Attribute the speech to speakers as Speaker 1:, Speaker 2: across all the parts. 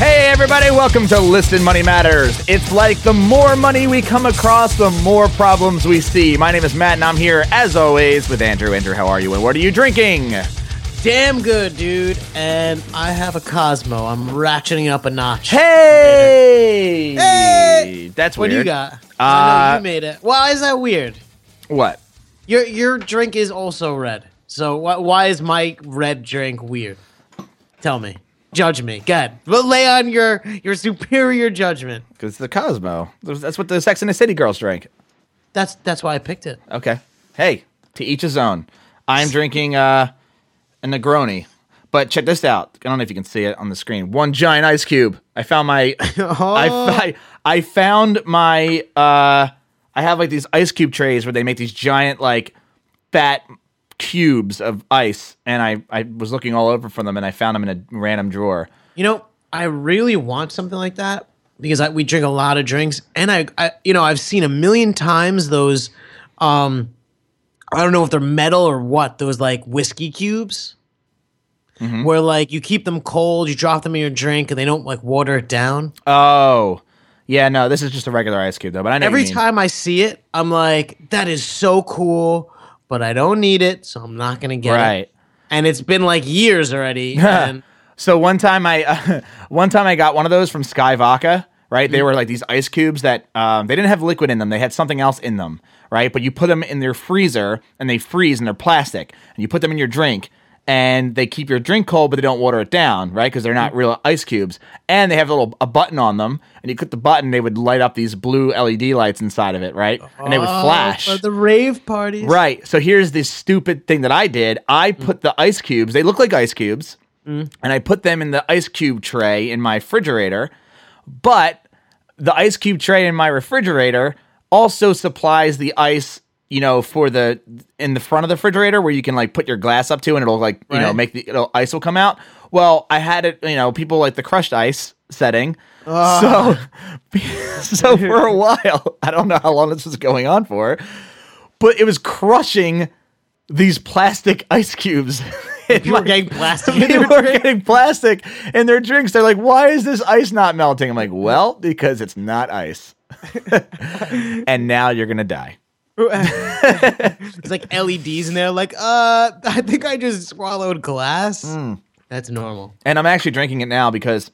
Speaker 1: everybody. Welcome to Listed Money Matters. It's like the more money we come across, the more problems we see. My name is Matt, and I'm here, as always, with Andrew. Andrew, how are you, and what are you drinking?
Speaker 2: Damn good, dude. And I have a Cosmo. I'm ratcheting up a notch.
Speaker 1: Hey!
Speaker 2: Hey!
Speaker 1: That's
Speaker 2: what
Speaker 1: weird.
Speaker 2: do you got? 'Cause I know
Speaker 1: Uh,
Speaker 2: you made it. Why is that weird?
Speaker 1: What?
Speaker 2: Your your drink is also red. So why why is my red drink weird? Tell me. Judge me. Go ahead. Lay on your your superior judgment.
Speaker 1: Because the Cosmo. That's what the Sex and the City girls drank.
Speaker 2: That's that's why I picked it.
Speaker 1: Okay. Hey, to each his own. I'm drinking uh, a Negroni. But check this out. I don't know if you can see it on the screen. One giant ice cube. I found my. I, fi- I found my. Uh, I have like these ice cube trays where they make these giant like fat cubes of ice, and I I was looking all over for them, and I found them in a random drawer.
Speaker 2: You know, I really want something like that because I, we drink a lot of drinks, and I, I, you know, I've seen a million times those. Um, I don't know if they're metal or what. Those like whiskey cubes,
Speaker 1: Mm-hmm.
Speaker 2: where like you keep them cold, you drop them in your drink, and they don't like water it down.
Speaker 1: Oh, yeah. No, this is just a regular ice cube though. But I know what you
Speaker 2: Every
Speaker 1: mean.
Speaker 2: time I see it, I'm like, that is so cool, but I don't need it, so I'm not gonna get it.
Speaker 1: right.
Speaker 2: And it's been like years already. and
Speaker 1: So one time I, one time I got one of those from Sky Vodka. Right, they were like these ice cubes that um, they didn't have liquid in them; they had something else in them. Right, but you put them in their freezer and they freeze and they're plastic, and you put them in your drink and they keep your drink cold, but they don't water it down. Right, because they're not real ice cubes, and they have a little a button on them, and you click the button, they would light up these blue LED lights inside of it. Right, and they would flash.
Speaker 2: But the rave parties,
Speaker 1: Right. So here's this stupid thing that I did. I put the ice cubes, they look like ice cubes, and I put them in the ice cube tray in my refrigerator. But the ice cube tray in my refrigerator also supplies the ice, you know, for the in the front of the refrigerator where you can like put your glass up to and it'll like, you know,
Speaker 2: Right.
Speaker 1: make the it'll, ice will come out. Well, I had it, you know, people like the crushed ice setting.
Speaker 2: Ah.
Speaker 1: So so for a while, I don't know how long this was going on for but it was crushing these plastic ice cubes. And,
Speaker 2: You were getting plastic in
Speaker 1: they
Speaker 2: your
Speaker 1: were getting plastic in their drinks. They're like, "Why is this ice not melting?" I'm like, "Well, because it's not ice." and now you're gonna die.
Speaker 2: it's like LEDs in there. Like, uh, I think I just swallowed glass.
Speaker 1: Hmm.
Speaker 2: That's normal.
Speaker 1: And I'm actually drinking it now because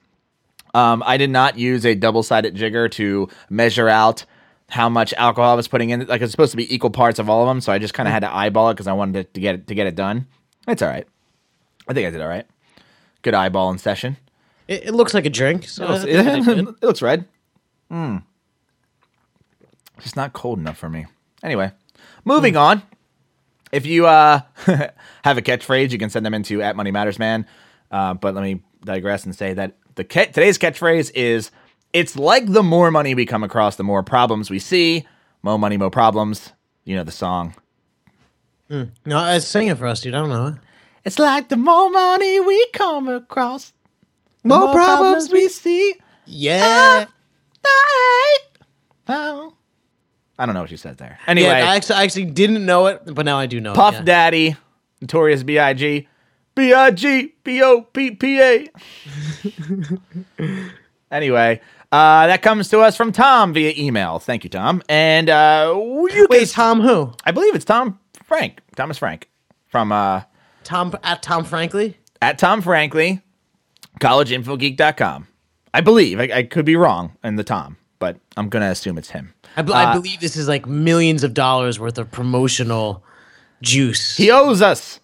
Speaker 1: um, I did not use a double-sided jigger to measure out how much alcohol I was putting in. Like it's supposed to be equal parts of all of them, so I just kind of had to eyeball it because I wanted to, to get it, to get it done. It's all right. I think I did all right. Good eyeballing session.
Speaker 2: It, it looks like a drink. So
Speaker 1: It
Speaker 2: I
Speaker 1: looks,
Speaker 2: think I did
Speaker 1: Oh, it,
Speaker 2: good.
Speaker 1: looks red. Mm. It's not cold enough for me. Anyway, moving on. If you uh, have a catchphrase, you can send them into at Money Matters Man. Uh, but let me digress and say that the ca- today's catchphrase is: "It's like the more money we come across, the more problems we see. Mo money, mo problems." You know the song.
Speaker 2: no, I sing it for us, dude. I don't know. it.
Speaker 1: It's like the more money we come across, the
Speaker 2: More
Speaker 1: more problems
Speaker 2: problems
Speaker 1: we see. Ah.
Speaker 2: Yeah.
Speaker 1: Oh. I don't know what you said there.
Speaker 2: yeah,
Speaker 1: Anyway,
Speaker 2: I actually, I actually didn't know it, but now I do know
Speaker 1: Puff
Speaker 2: it. yeah.
Speaker 1: Daddy, Notorious B.I.G., B.I.G., B.O.P.P.A. anyway, uh, that comes to us from Tom via email. Thank you, Tom. And uh, you
Speaker 2: Wait,
Speaker 1: can-
Speaker 2: Tom who?
Speaker 1: I believe it's Tom Frank, Thomas Frank, from uh,
Speaker 2: Tom at Tom Frankly?
Speaker 1: at Tom Frankly, collegeinfogeek.com. I believe. I, I could be wrong in the Tom, but I'm going to assume it's him.
Speaker 2: I, be- I believe this is like millions of dollars worth of promotional juice.
Speaker 1: He owes us.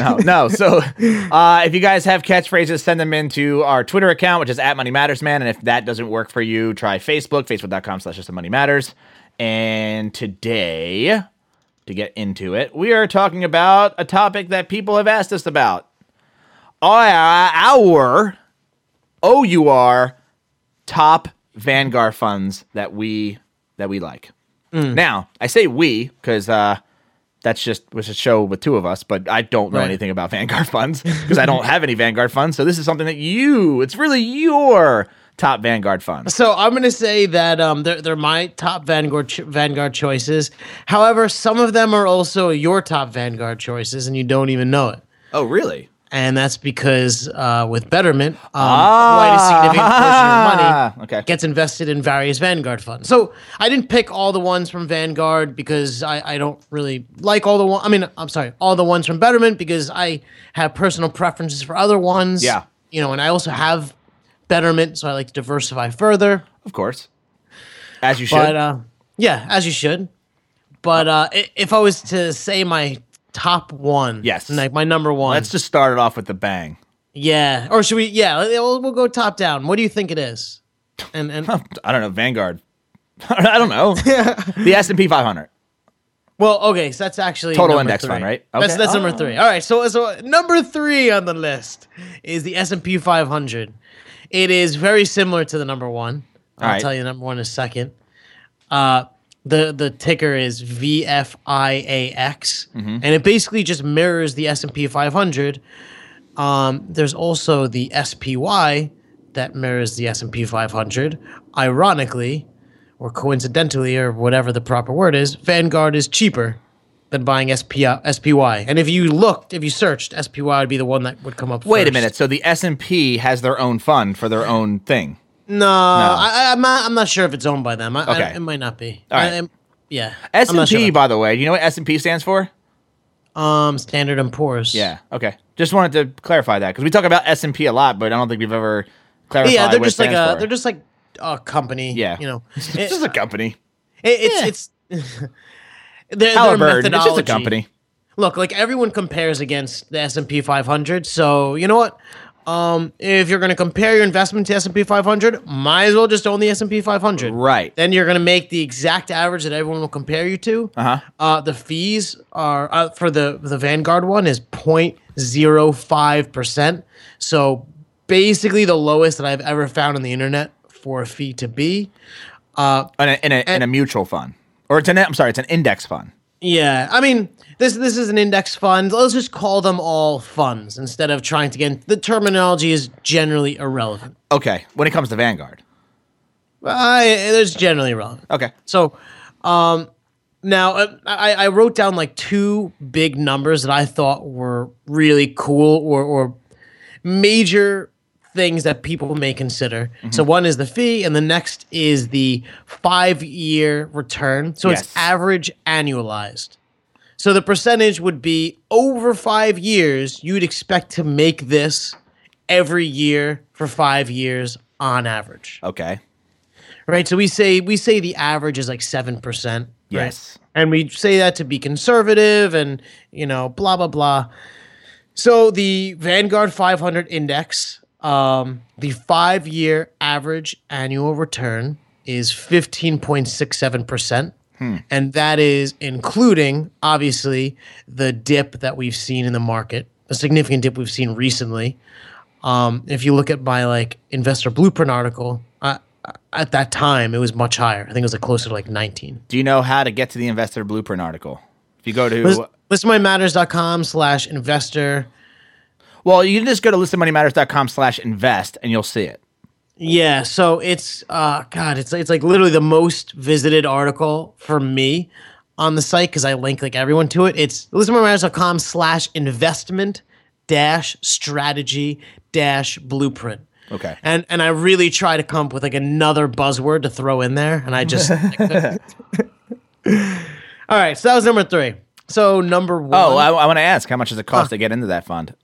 Speaker 1: No, no. So, uh, if you guys have catchphrases, send them into our Twitter account, which is at Money Matters Man. And if that doesn't work for you, try Facebook, facebook.com slash just the Money Matters. And today, to get into it, we are talking about a topic that people have asked us about. Our, our OUR top Vanguard funds that we that we like. Now, I say we because uh, that's just was a show with two of us, but I don't know
Speaker 2: Right.
Speaker 1: anything about Vanguard funds because I don't have any Vanguard funds. So this is something that you, it's really your top Vanguard fund.
Speaker 2: So I'm gonna say that um, they're they're my top Vanguard cho- Vanguard choices. However, some of them are also your top Vanguard choices, and you don't even know it.
Speaker 1: Oh, really?
Speaker 2: and that's because uh, with Betterment, um, quite a significant portion of money
Speaker 1: Ah, okay.
Speaker 2: gets invested in various Vanguard funds. So I didn't pick all the ones from Vanguard because I, I don't really like all the one. I mean, I'm sorry, all the ones from Betterment because I have personal preferences for other ones.
Speaker 1: Yeah.
Speaker 2: You know, and I also have Betterment, so I like to diversify further.
Speaker 1: Of course. As you should.
Speaker 2: But uh, yeah, as you should. But uh, i- if I was to say my top one,
Speaker 1: Yes.
Speaker 2: like my number one,
Speaker 1: Let's just start it off with the bang.
Speaker 2: yeah, or should we? Yeah, we'll, we'll go top down. What do you think it is? And and
Speaker 1: I don't know, Vanguard. I don't know. the S&P 500.
Speaker 2: Well, okay, so that's actually
Speaker 1: Total
Speaker 2: number
Speaker 1: index
Speaker 2: three.
Speaker 1: fund, right?
Speaker 2: That's
Speaker 1: Okay.
Speaker 2: that's
Speaker 1: Oh.
Speaker 2: number three. All right, so so number three on the list is the S and P 500. It is very similar to the number one.
Speaker 1: All
Speaker 2: I'll
Speaker 1: right.
Speaker 2: tell you number one in a second. Uh, the the ticker is VFIAX,
Speaker 1: Mm-hmm.
Speaker 2: and it basically just mirrors the S and P 500. Um, there's also the SPY that mirrors the S and P 500. Ironically, or coincidentally, or whatever the proper word is, Vanguard is cheaper than buying uh, SP, SPY. And if you looked, if you searched, SPY would be the one that would come up.
Speaker 1: Wait a
Speaker 2: first.
Speaker 1: minute. So the S&P has their own fund for their own thing.
Speaker 2: No, I, I- I'm not. I'm not sure if it's owned by them. I, I-
Speaker 1: Okay.
Speaker 2: it might not be.
Speaker 1: All right.
Speaker 2: I- I'm- yeah. I'm
Speaker 1: S&P,
Speaker 2: not sure.
Speaker 1: by the way, you know what S&P stands for?
Speaker 2: Um, Standard and Poor's.
Speaker 1: Yeah. Okay. Just wanted to clarify that because we talk about S and P a lot, but I don't think we've ever clarified.
Speaker 2: Yeah, they're
Speaker 1: what it
Speaker 2: just like
Speaker 1: stands
Speaker 2: a.
Speaker 1: for.
Speaker 2: They're just like a company.
Speaker 1: Yeah.
Speaker 2: You know.
Speaker 1: It's just a company.
Speaker 2: It- it's it's. Their, their
Speaker 1: Halliburton. It's just a
Speaker 2: methodology-
Speaker 1: company.
Speaker 2: Look, like everyone compares against the S and P 500. So you know what? Um, if you're going to compare your investment to S and P 500, might as well just own the S and P 500.
Speaker 1: Right.
Speaker 2: Then you're going to make the exact average that everyone will compare you to.
Speaker 1: Uh-huh.
Speaker 2: Uh, the fees are uh, for the the Vanguard one is 0.05 percent. So basically, the lowest that I've ever found on the internet for a fee to be.
Speaker 1: In a, in a, in a mutual fund, or it's an I'm sorry, it's an index fund.
Speaker 2: Yeah, I mean this this is an index fund. Let's just call them all funds instead of trying to get the terminology is generally irrelevant.
Speaker 1: Okay. When it comes to Vanguard.
Speaker 2: Uh, it's generally irrelevant.
Speaker 1: Okay.
Speaker 2: So, um, now uh, I, I wrote down like two big numbers that I thought were really cool or, or major things that people may consider. So one is the fee, and the next is the five-year return. So
Speaker 1: Yes.
Speaker 2: it's average annualized. So the percentage would be over five years. You'd expect to make this every year for five years on average
Speaker 1: Okay.
Speaker 2: right? So we say we say the average is like seven percent.
Speaker 1: Yes.
Speaker 2: and we say that to be conservative and you know blah blah blah. So the Vanguard 500 index, um, the five-year average annual return is 15.67 percent. And that is including, obviously, the dip that we've seen in the market, a significant dip we've seen recently. Um, if you look at my like investor blueprint article, I, I- at that time it was much higher. I think it was like closer to like 19.
Speaker 1: Do you know how to get to the investor blueprint article? If you go to
Speaker 2: List, listmymatters.com slash investor.
Speaker 1: well, you can just go to listedmoneymatters.com slash invest and you'll see it.
Speaker 2: Yeah, so it's uh god, it's it's like literally the most visited article for me on the site because I link like everyone to it. It's listenmymatters.com slash investment dash strategy dash blueprint.
Speaker 1: Okay.
Speaker 2: And and I really try to come up with like another buzzword to throw in there, and I just All right, so that was number three. So number one,
Speaker 1: Oh, I, I want to ask how much does it cost to get into that fund?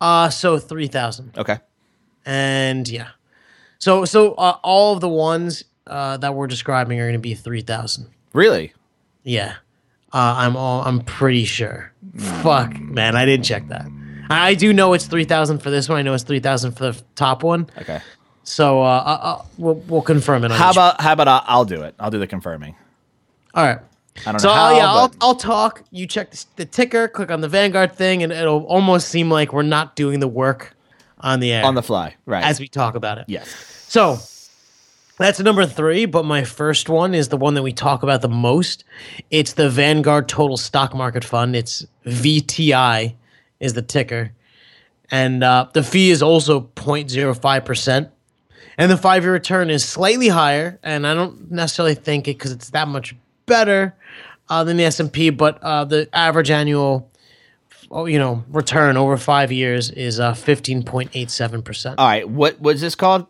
Speaker 2: uh, so three thousand.
Speaker 1: Okay.
Speaker 2: and yeah so so uh, all of the ones uh, that we're describing are going to be 3000
Speaker 1: Really?
Speaker 2: yeah uh, i'm all i'm pretty sure fuck man i didn't check that i I do know it's 3000 for this one i know it's 3000 for the f- top one
Speaker 1: Okay.
Speaker 2: so uh, uh, uh, we'll, we'll confirm it on
Speaker 1: How
Speaker 2: each-
Speaker 1: about how about I- I'll do it? I'll do the confirming.
Speaker 2: all right
Speaker 1: I don't
Speaker 2: so
Speaker 1: know
Speaker 2: uh,
Speaker 1: how.
Speaker 2: yeah I'll,
Speaker 1: but-
Speaker 2: I'll talk you check the, s- the ticker click on the vanguard thing and it'll almost seem like we're not doing the work on the air
Speaker 1: on the fly. Right.
Speaker 2: as we talk about it
Speaker 1: yes.
Speaker 2: So that's number three, but my first one is the one that we talk about the most. It's the Vanguard Total Stock Market Fund. It's VTI is the ticker. And uh, the fee is also 0.05%. And the five year return is slightly higher. And I don't necessarily think it because it's that much better uh, than the S&P, but uh, the average annual oh, you know, return over five years is uh, 15.87%.
Speaker 1: All right, what was this called?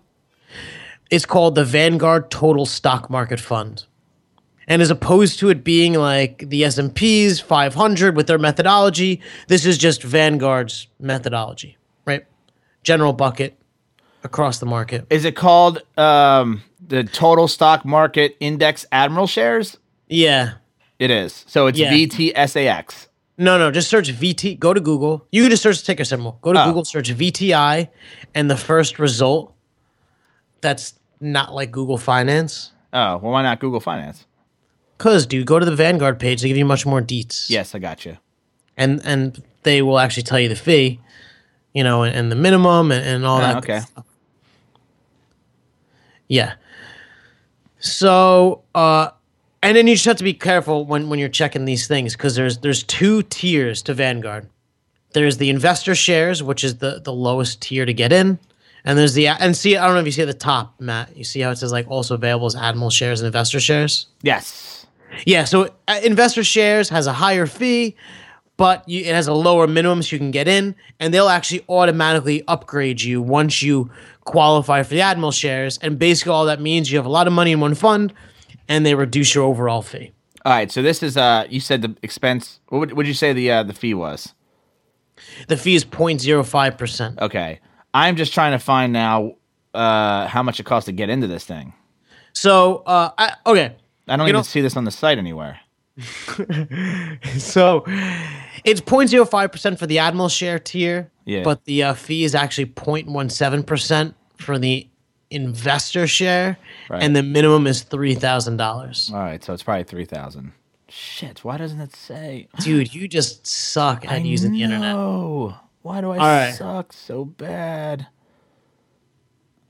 Speaker 2: It's called the Vanguard Total Stock Market Fund. And as opposed to it being like the S&P's 500 with their methodology, this is just Vanguard's methodology, right? General bucket across the market.
Speaker 1: Is it called um, the Total Stock Market Index Admiral Shares?
Speaker 2: Yeah.
Speaker 1: It is. So it's
Speaker 2: Yeah.
Speaker 1: VTSAX.
Speaker 2: No, no, just search VT. Go to Google. You can just search the ticker symbol. Go to
Speaker 1: Oh.
Speaker 2: Google, search VTI, and the first result that's not like Google Finance.
Speaker 1: Oh, well, why not Google Finance?
Speaker 2: Cause dude, go to the Vanguard page. They give you much more deets.
Speaker 1: Yes, I got you.
Speaker 2: and and they will actually tell you the fee, you know, and, and the minimum and, and all that.
Speaker 1: Oh,
Speaker 2: good
Speaker 1: okay.
Speaker 2: stuff. Yeah. So, uh, and then you just have to be careful when when you're checking these things because there's there's two tiers to Vanguard. There's the investor shares, which is the the lowest tier to get in. And there's the and see I don't know if you see at the top, Matt. You see how it says like also available as Admiral shares and investor shares.
Speaker 1: Yes.
Speaker 2: Yeah, so uh, investor shares has a higher fee, but you, it has a lower minimum so you can get in, and they'll actually automatically upgrade you once you qualify for the Admiral shares. And basically, all that means you have a lot of money in one fund, and they reduce your overall fee.
Speaker 1: All right. So this is uh, you said the expense. What would what'd you say the uh, the fee was?
Speaker 2: The fee is 0.05 percent.
Speaker 1: Okay. I'm just trying to find now uh, how much it costs to get into this thing.
Speaker 2: So, uh, I, okay,
Speaker 1: I don't
Speaker 2: You
Speaker 1: even
Speaker 2: know-
Speaker 1: see this on the site anywhere.
Speaker 2: so it's 0.05 percent for the Admiral share tier,
Speaker 1: Yeah.
Speaker 2: but the uh, fee is actually 0.17 percent for the investor share,
Speaker 1: Right.
Speaker 2: and the minimum is three thousand dollars.
Speaker 1: All right. So it's probably three thousand. Shit. Why doesn't it say?
Speaker 2: Dude, you just suck at using the internet.
Speaker 1: No. Why do I
Speaker 2: right.
Speaker 1: suck so bad?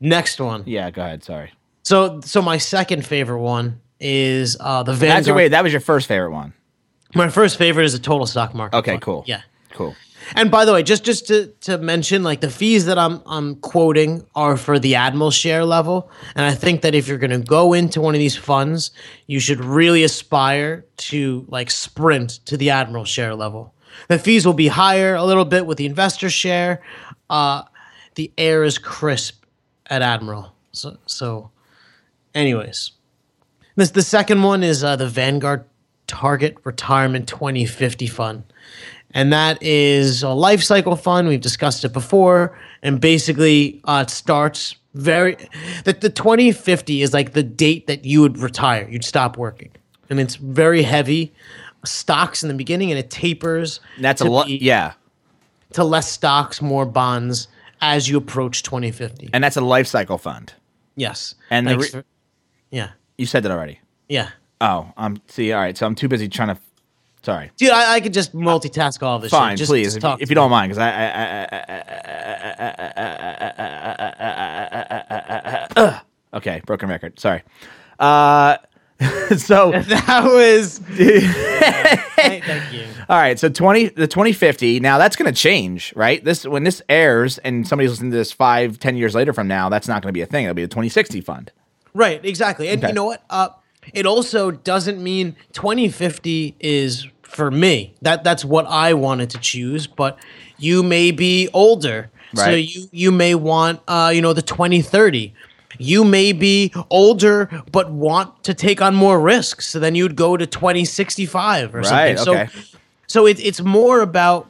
Speaker 2: Next one.
Speaker 1: Yeah. Go ahead. Sorry.
Speaker 2: So, so my second favorite one is uh, the
Speaker 1: That's your
Speaker 2: Vanguard.
Speaker 1: wait. That was your first favorite one.
Speaker 2: My first favorite is the total stock market.
Speaker 1: Okay.
Speaker 2: fund.
Speaker 1: Cool.
Speaker 2: Yeah.
Speaker 1: Cool.
Speaker 2: And by the way, just just to, to mention, like the fees that I'm I'm quoting are for the Admiral share level, and I think that if you're going to go into one of these funds, you should really aspire to like sprint to the Admiral share level. The fees will be higher a little bit with the investor share. Uh, the air is crisp at Admiral. So, so anyways, this the second one is uh, the Vanguard Target Retirement 2050 Fund, and that is a life cycle fund. We've discussed it before, and basically uh, it starts very that the 2050 is like the date that you would retire, you'd stop working, and it's very heavy stocks in the beginning, and it tapers.
Speaker 1: That's a
Speaker 2: to
Speaker 1: lot.
Speaker 2: be-
Speaker 1: Yeah.
Speaker 2: to less stocks, more bonds as you approach 2050.
Speaker 1: And that's a life cycle fund.
Speaker 2: yes.
Speaker 1: and the
Speaker 2: Thanks
Speaker 1: re-
Speaker 2: for- yeah.
Speaker 1: You said that already.
Speaker 2: Yeah.
Speaker 1: Oh, I'm see. All right, so I'm too busy trying to. Sorry.
Speaker 2: Dude, I, I could just multitask all this shit.
Speaker 1: Fine,
Speaker 2: Just-
Speaker 1: please,
Speaker 2: just
Speaker 1: if,
Speaker 2: talk
Speaker 1: if
Speaker 2: to
Speaker 1: you
Speaker 2: me.
Speaker 1: don't mind, because I, I, I- I- I- I- I- I- I- I- I- I- I- I- I- I- I- I- I- okay, broken record. Sorry. Uh, so all
Speaker 2: That was. Thank thank you.
Speaker 1: right, so twenty the twenty fifty. Now that's going to change, right? This when this airs and somebody's listening to this five ten years later from now, that's not going to be a thing. It'll be the twenty sixty fund.
Speaker 2: Right, exactly. And
Speaker 1: Okay.
Speaker 2: you know what? Uh, it also doesn't mean 2050 is for me. That that's what I wanted to choose, but you may be older. So
Speaker 1: Right.
Speaker 2: you you may want uh, you know the 2030. You may be older but want to take on more risks. So then you'd go to 2065 or
Speaker 1: Right,
Speaker 2: something.
Speaker 1: okay.
Speaker 2: So so it, it's more about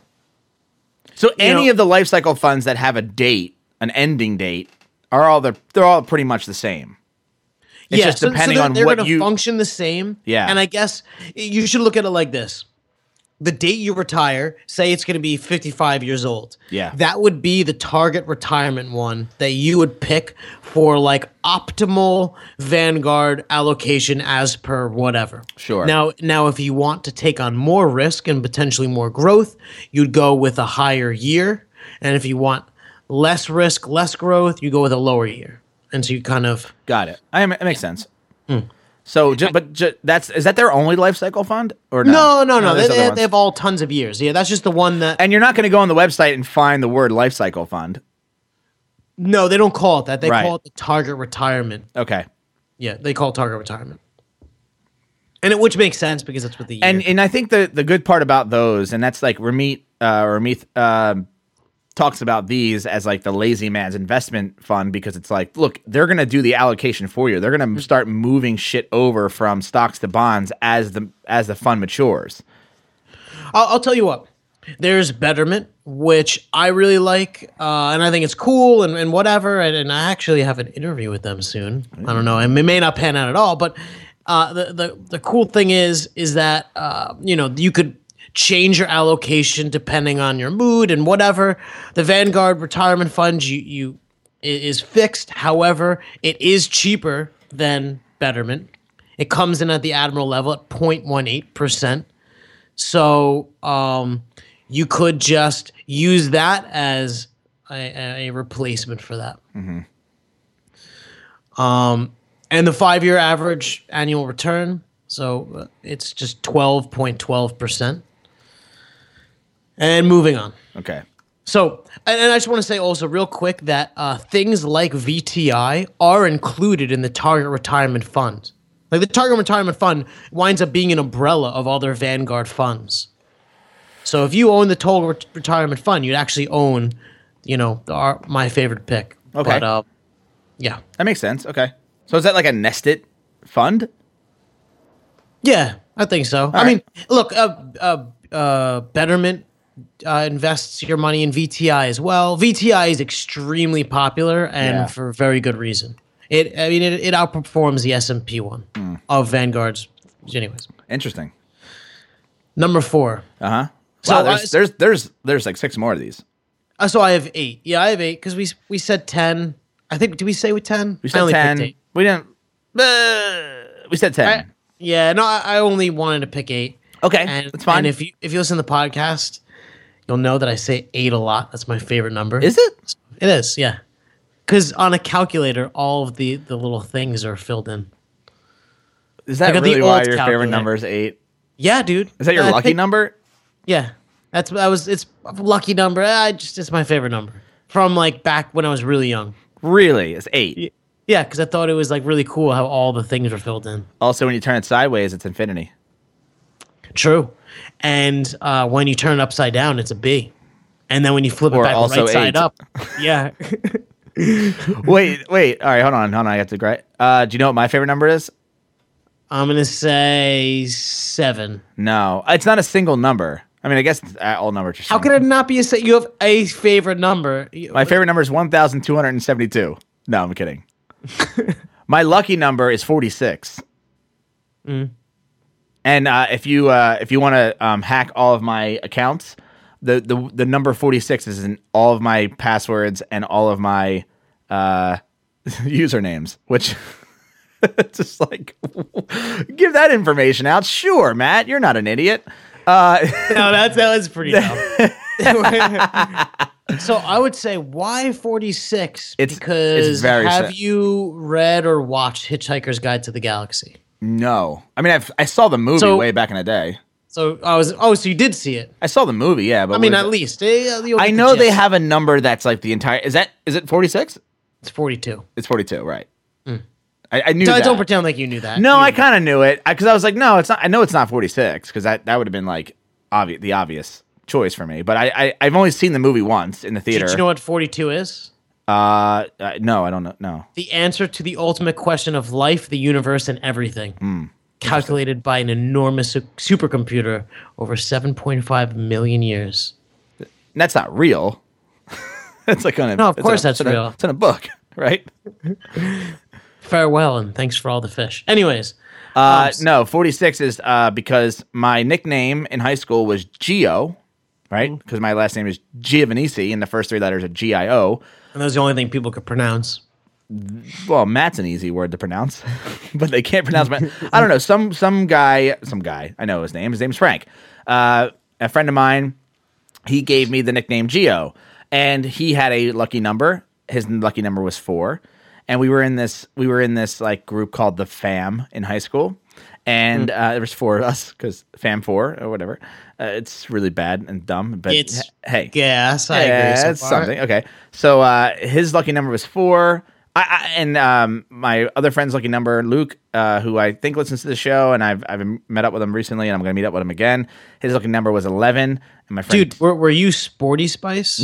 Speaker 1: So any
Speaker 2: know-
Speaker 1: of the life cycle funds that have a date, an ending date, are all the they're all pretty much the same. It's
Speaker 2: yeah,
Speaker 1: just
Speaker 2: so- so
Speaker 1: depending
Speaker 2: they're-
Speaker 1: on
Speaker 2: they're
Speaker 1: what
Speaker 2: gonna
Speaker 1: you-
Speaker 2: function the same.
Speaker 1: Yeah.
Speaker 2: and I guess you should look at it like this: the date you retire, say it's going to be fifty-five years old.
Speaker 1: Yeah.
Speaker 2: that would be the target retirement one that you would pick for like optimal Vanguard allocation as per whatever.
Speaker 1: Sure.
Speaker 2: Now, now if you want to take on more risk and potentially more growth, you'd go with a higher year, and if you want less risk, less growth, you go with a lower year. And so you kind of
Speaker 1: Got it. I am, it makes sense.
Speaker 2: Hmm.
Speaker 1: So, ju- but ju- that's is that their only life cycle fund or
Speaker 2: No, no, no.
Speaker 1: there's other
Speaker 2: They, they,
Speaker 1: ones.
Speaker 2: they have all tons of years. Yeah, that's just the one that.
Speaker 1: and you're not going to go on the website and find the word life cycle fund.
Speaker 2: no, they don't call it that. They
Speaker 1: Right.
Speaker 2: call it the target retirement.
Speaker 1: Okay.
Speaker 2: Yeah, they call it target retirement. and it, which makes sense because that's what the year.
Speaker 1: And and I think the the good part about those, and that's like Ramit uh, Ramit um, talks about these as like the lazy man's investment fund because it's like, look, they're gonna do the allocation for you. They're
Speaker 2: Mm-hmm.
Speaker 1: gonna start moving shit over from stocks to bonds as the as the fund matures.
Speaker 2: I'll, I'll tell you what. There's Betterment, which I really like, uh, and I think it's cool and, and whatever. And, and I actually have an interview with them soon. I don't know. It may- may not pan out at all, but uh, the, the the cool thing is is that uh, you know you could change your allocation depending on your mood and whatever. The Vanguard retirement fund you you i- is fixed. However, it is cheaper than Betterment. It comes in at the Admiral level at 0.18 percent. So um, you could just use that as a, a replacement for that. Um, and the five year average annual return. So uh, it's just 12.12%. And moving on.
Speaker 1: Okay.
Speaker 2: So, and, and I just want to say also real quick that uh, things like VTI are included in the target retirement fund. Like the target retirement fund winds up being an umbrella of other Vanguard funds. So if you own the total ret- retirement fund, you'd actually own, you know, the, our, my favorite pick.
Speaker 1: Okay.
Speaker 2: But, uh, yeah.
Speaker 1: That makes sense. Okay. So is that like a nested fund?
Speaker 2: Yeah, I think so. I
Speaker 1: right.
Speaker 2: mean, look, uh, uh, uh, Betterment uh, invests your money in VTI as well. VTI is extremely popular and
Speaker 1: Yeah.
Speaker 2: for very good reason. It, I mean, it, it outperforms the S and P one
Speaker 1: Hmm.
Speaker 2: of Vanguard's. Anyways,
Speaker 1: Interesting.
Speaker 2: number four.
Speaker 1: Uh huh.
Speaker 2: So,
Speaker 1: wow,
Speaker 2: uh,
Speaker 1: there's, there's there's there's like six more of these.
Speaker 2: Uh, so I have eight. Yeah, I have eight because we we said ten. I think did we say with ten?
Speaker 1: We said ten. We didn't. Uh, we said ten.
Speaker 2: Yeah, no, I, I only wanted to pick eight.
Speaker 1: okay,
Speaker 2: And
Speaker 1: that's fine.
Speaker 2: And if you if you listen to the podcast, you'll know that I say eight a lot. That's my favorite number.
Speaker 1: is it?
Speaker 2: It is, yeah. Because on a calculator, all of the the little things are filled in.
Speaker 1: Is that
Speaker 2: Like at the
Speaker 1: really why
Speaker 2: old
Speaker 1: your favorite
Speaker 2: calculator.
Speaker 1: number is eight?
Speaker 2: Yeah, dude.
Speaker 1: Is that your
Speaker 2: I
Speaker 1: lucky
Speaker 2: think-
Speaker 1: number?
Speaker 2: Yeah, that's I was. It's a lucky number. Ah, I just it's my favorite number from like back when I was really young.
Speaker 1: Really, it's eight.
Speaker 2: Yeah, because I thought it was like really cool how all the things were filled in.
Speaker 1: Also, when you turn it sideways, it's infinity.
Speaker 2: True. And uh, when you turn it upside down, it's a B. And then when you flip
Speaker 1: Or
Speaker 2: it back
Speaker 1: also
Speaker 2: right side
Speaker 1: eight.
Speaker 2: up, yeah,
Speaker 1: wait, wait. All right, hold on, hold on. I got to great. Uh, do you know what my favorite number is?
Speaker 2: I'm gonna say seven.
Speaker 1: No, it's not a single number. I mean, I guess uh, all numbers. Are
Speaker 2: How
Speaker 1: single.
Speaker 2: could it not be a set? You have a favorite number. You-
Speaker 1: My favorite number is 1,272. No, I'm kidding. My lucky number is 46.
Speaker 2: Mm.
Speaker 1: And uh, if you uh, if you want to um, hack all of my accounts, the, the the number 46 is in all of my passwords and all of my uh, usernames, which it's just like give that information out. Sure, Matt, you're not an idiot. Uh,
Speaker 2: no, that's that was pretty dumb. so I would say why 46?
Speaker 1: It's- it's
Speaker 2: because
Speaker 1: very
Speaker 2: have
Speaker 1: sad.
Speaker 2: you read or watched Hitchhiker's Guide to the Galaxy?
Speaker 1: no, I mean I've, I saw the movie
Speaker 2: So-
Speaker 1: way back in the day.
Speaker 2: So I was oh, so you did see it.
Speaker 1: I saw the movie, yeah, but
Speaker 2: I mean,
Speaker 1: what is
Speaker 2: at
Speaker 1: it?
Speaker 2: least eh, uh, you'll
Speaker 1: I
Speaker 2: get the
Speaker 1: know they
Speaker 2: gist.
Speaker 1: have a number that's like the entire. Is that is it forty six?
Speaker 2: it's 42.
Speaker 1: It's forty two, right?
Speaker 2: Mm.
Speaker 1: I, I knew.
Speaker 2: So I
Speaker 1: that.
Speaker 2: don't pretend like you knew that.
Speaker 1: No,
Speaker 2: You-
Speaker 1: I kind of knew it because I, was like, no, it's not. I know it's not forty six because that that would have been like obvious, the obvious choice for me. But I, I I've only seen the movie once in the theater.
Speaker 2: Did you know what 42 is?
Speaker 1: uh, uh, no, I don't know. No,
Speaker 2: The answer to the ultimate question of life, the universe, and everything. Calculated by an enormous su- supercomputer over 7.5 million years.
Speaker 1: And that's not real. it's like on a
Speaker 2: No, of
Speaker 1: it's in
Speaker 2: course
Speaker 1: a-
Speaker 2: that's
Speaker 1: it's in a-
Speaker 2: real.
Speaker 1: it's in a book, right?
Speaker 2: Farewell and thanks for all the fish. Anyways,
Speaker 1: Uh,
Speaker 2: Um,
Speaker 1: no, 46 is uh, because my nickname in high school was Gio, right? Because my last name is Giovanisi, and the first three letters are G I O.
Speaker 2: and that was the only thing people could pronounce.
Speaker 1: Well, Matt's an easy word to pronounce, but they can't pronounce Matt. I don't know. Some some guy, some guy. I know his name. His name's Frank. Uh, a friend of mine. He gave me the nickname Geo, and he had a lucky number. His lucky number was four, and we were in this we were in this like group called the Fam in high school, and uh, there was four of us because Fam Four or whatever. Uh, it's really bad and dumb, but
Speaker 2: It's
Speaker 1: he- hey,
Speaker 2: Yes,
Speaker 1: yeah,
Speaker 2: I agree. So
Speaker 1: that's
Speaker 2: far.
Speaker 1: something. Okay. So uh, his lucky number was four. I, I and um, my other friend's lucky number, Luke, uh, who I think listens to the show, and I've I've met up with him recently, and I'm gonna meet up with him again. His lucky number was 11, and my friend,
Speaker 2: Dude, were, were you Sporty Spice?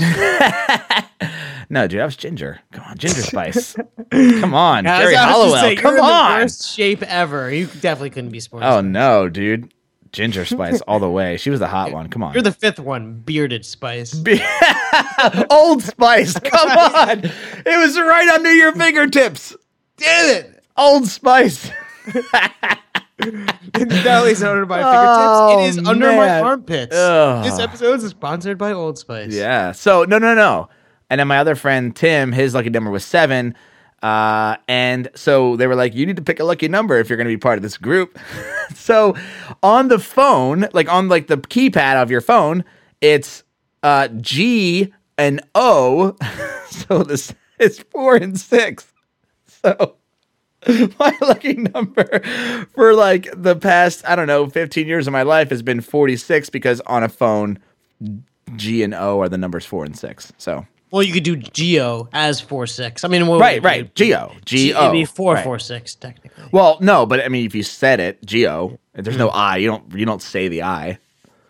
Speaker 1: no, dude, I was Ginger. Come on, Ginger Spice. Come on, Jerry Hollowell. Come
Speaker 2: you're
Speaker 1: on.
Speaker 2: In the worst shape ever. You definitely couldn't be Sporty.
Speaker 1: Oh
Speaker 2: Spice.
Speaker 1: no, dude, Ginger Spice all the way. She was the hot one. Come on,
Speaker 2: You're the fifth one, bearded Spice.
Speaker 1: Old Spice. Come on, it was right under your fingertips. Damn it, Old Spice.
Speaker 2: Valley's under my
Speaker 1: Oh,
Speaker 2: fingertips. it is under my
Speaker 1: man.
Speaker 2: armpits.
Speaker 1: Ugh.
Speaker 2: This episode is sponsored by Old Spice.
Speaker 1: Yeah. So no, no, no. And then my other friend Tim, his lucky number was seven. Uh, and so they were like, "You need to pick a lucky number if you're going to be part of this group." so on the phone, like on like the keypad of your phone, it's uh, G and O. so this is four and six. So my lucky number for like the past I don't know 15 years of my life has been 46 because on a phone G and O are the numbers 4 and 6. So
Speaker 2: Well, you could do Geo as four six. I mean, what would
Speaker 1: Right,
Speaker 2: it be?
Speaker 1: right. Geo.
Speaker 2: G-
Speaker 1: G
Speaker 2: It'd
Speaker 1: O.
Speaker 2: be four
Speaker 1: Right.
Speaker 2: four six technically.
Speaker 1: Well, no, but I mean if you said it, Geo, there's
Speaker 2: Hmm.
Speaker 1: no I. You don't you don't say the I.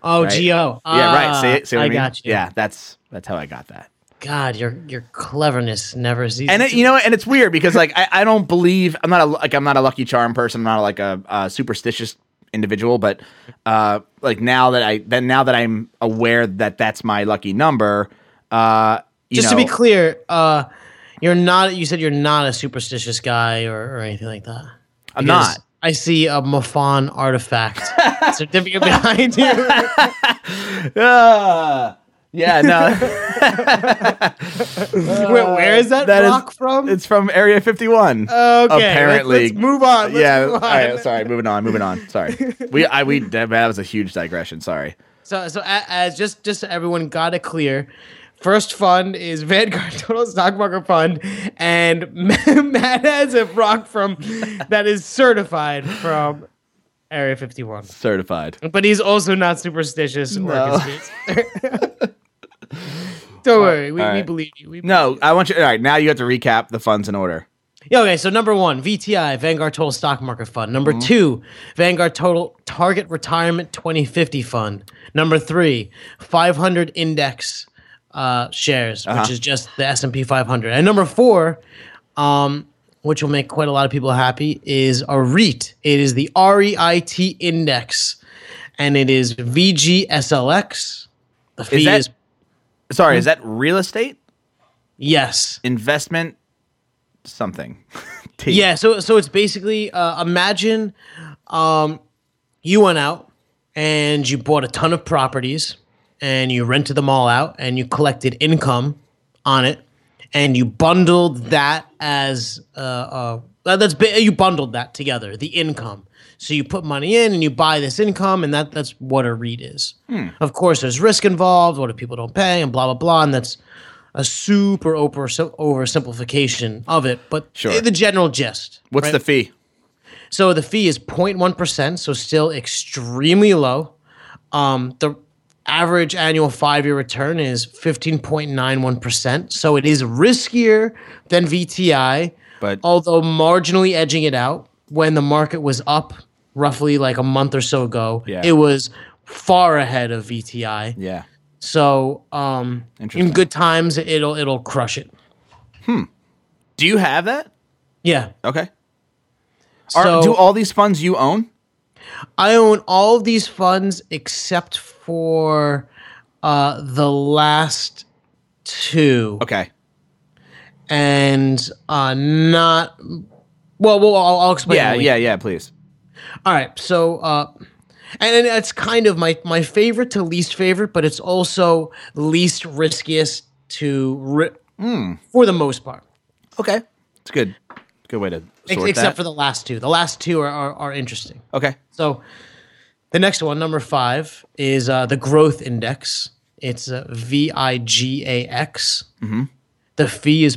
Speaker 2: Oh,
Speaker 1: Right.
Speaker 2: Geo.
Speaker 1: yeah, right. See,
Speaker 2: Ah,
Speaker 1: see what I, mean?
Speaker 2: got you.
Speaker 1: Yeah, that's that's how I got that.
Speaker 2: God, your your cleverness never ceases.
Speaker 1: And it, you know, and it's weird because like I, I don't believe I'm not a, like I'm not a lucky charm person. I'm not like a, a superstitious individual, but uh, like now that I then now that I'm aware that that's my lucky number, uh, you
Speaker 2: just
Speaker 1: know,
Speaker 2: to be clear, uh, you're not. You said you're not a superstitious guy or, or anything like that.
Speaker 1: I'm
Speaker 2: Because
Speaker 1: not.
Speaker 2: I see a Mafon artifact certificate behind you.
Speaker 1: Ah, yeah, no,
Speaker 2: Wait, where is that,
Speaker 1: that is-
Speaker 2: rock from?
Speaker 1: it's from Area 51.
Speaker 2: okay. let's-
Speaker 1: apparently,
Speaker 2: let's, move on. let's
Speaker 1: yeah.
Speaker 2: move
Speaker 1: All
Speaker 2: on.
Speaker 1: right, sorry. Moving on. Moving on. Sorry. We I we that, that was a huge digression. Sorry.
Speaker 2: So, so a- as just just so everyone got it clear, first fund is Vanguard Total Stock Market Fund, and Matt has a rock from that is certified from Area 51.
Speaker 1: Certified.
Speaker 2: But he's also not superstitious or
Speaker 1: No.
Speaker 2: conspiracy. Don't worry, we,
Speaker 1: all
Speaker 2: we
Speaker 1: right.
Speaker 2: believe you. We
Speaker 1: No, I want you. All right, now you have to recap the funds in order.
Speaker 2: Yeah, okay, so number one, VTI, Vanguard Total Stock Market Fund. Number two, Vanguard Total Target Retirement 2050 Fund. Number three, 500 Index uh, Shares, which is just the S&P 500. And number four, um, which will make quite a lot of people happy, is a REIT. It is the REIT Index, and it is VGSLX. The fee is,
Speaker 1: that- Sorry, is Hmm? that real estate
Speaker 2: yes.
Speaker 1: investment something? T.
Speaker 2: Yeah, so so it's basically uh, imagine um, you went out and you bought a ton of properties and you rented them all out and you collected income on it and you bundled that as uh, uh, that- that's ba- you bundled that together the income. So you put money in and you buy this income and that that's what a REIT is. Of course, there's risk involved. What if people don't pay and blah blah blah, and that's a super over oversimplification of it, but
Speaker 1: Sure.
Speaker 2: the general gist.
Speaker 1: What's
Speaker 2: right?
Speaker 1: the fee?
Speaker 2: So the fee is 0.1%, so still extremely low. Um, the average annual five year return is 15.91%. So it is riskier than VTI,
Speaker 1: But-
Speaker 2: although marginally edging it out when the market was up roughly like a month or so ago,
Speaker 1: Yeah.
Speaker 2: it was far ahead of VTI.
Speaker 1: Yeah.
Speaker 2: So um, in
Speaker 1: Interesting.
Speaker 2: good times, it'll it'll crush it.
Speaker 1: Do you have that?
Speaker 2: Yeah.
Speaker 1: Okay. Are,
Speaker 2: so
Speaker 1: do all these funds you own?
Speaker 2: I own all of these funds except for uh, the last two,
Speaker 1: Okay.
Speaker 2: and uh, not. Well, well, I'll, I'll explain.
Speaker 1: Yeah,
Speaker 2: later.
Speaker 1: yeah, yeah. Please.
Speaker 2: All right. So, uh, and, and that's kind of my my favorite to least favorite, but it's also least riskiest to ri-
Speaker 1: Hmm.
Speaker 2: for the most part.
Speaker 1: Okay. It's good. Good way to
Speaker 2: Ex-
Speaker 1: sort that.
Speaker 2: except for the last two. The last two are, are, are interesting.
Speaker 1: okay.
Speaker 2: So the next one, number five, is uh, the growth index. It's uh, VIGAX. The fee is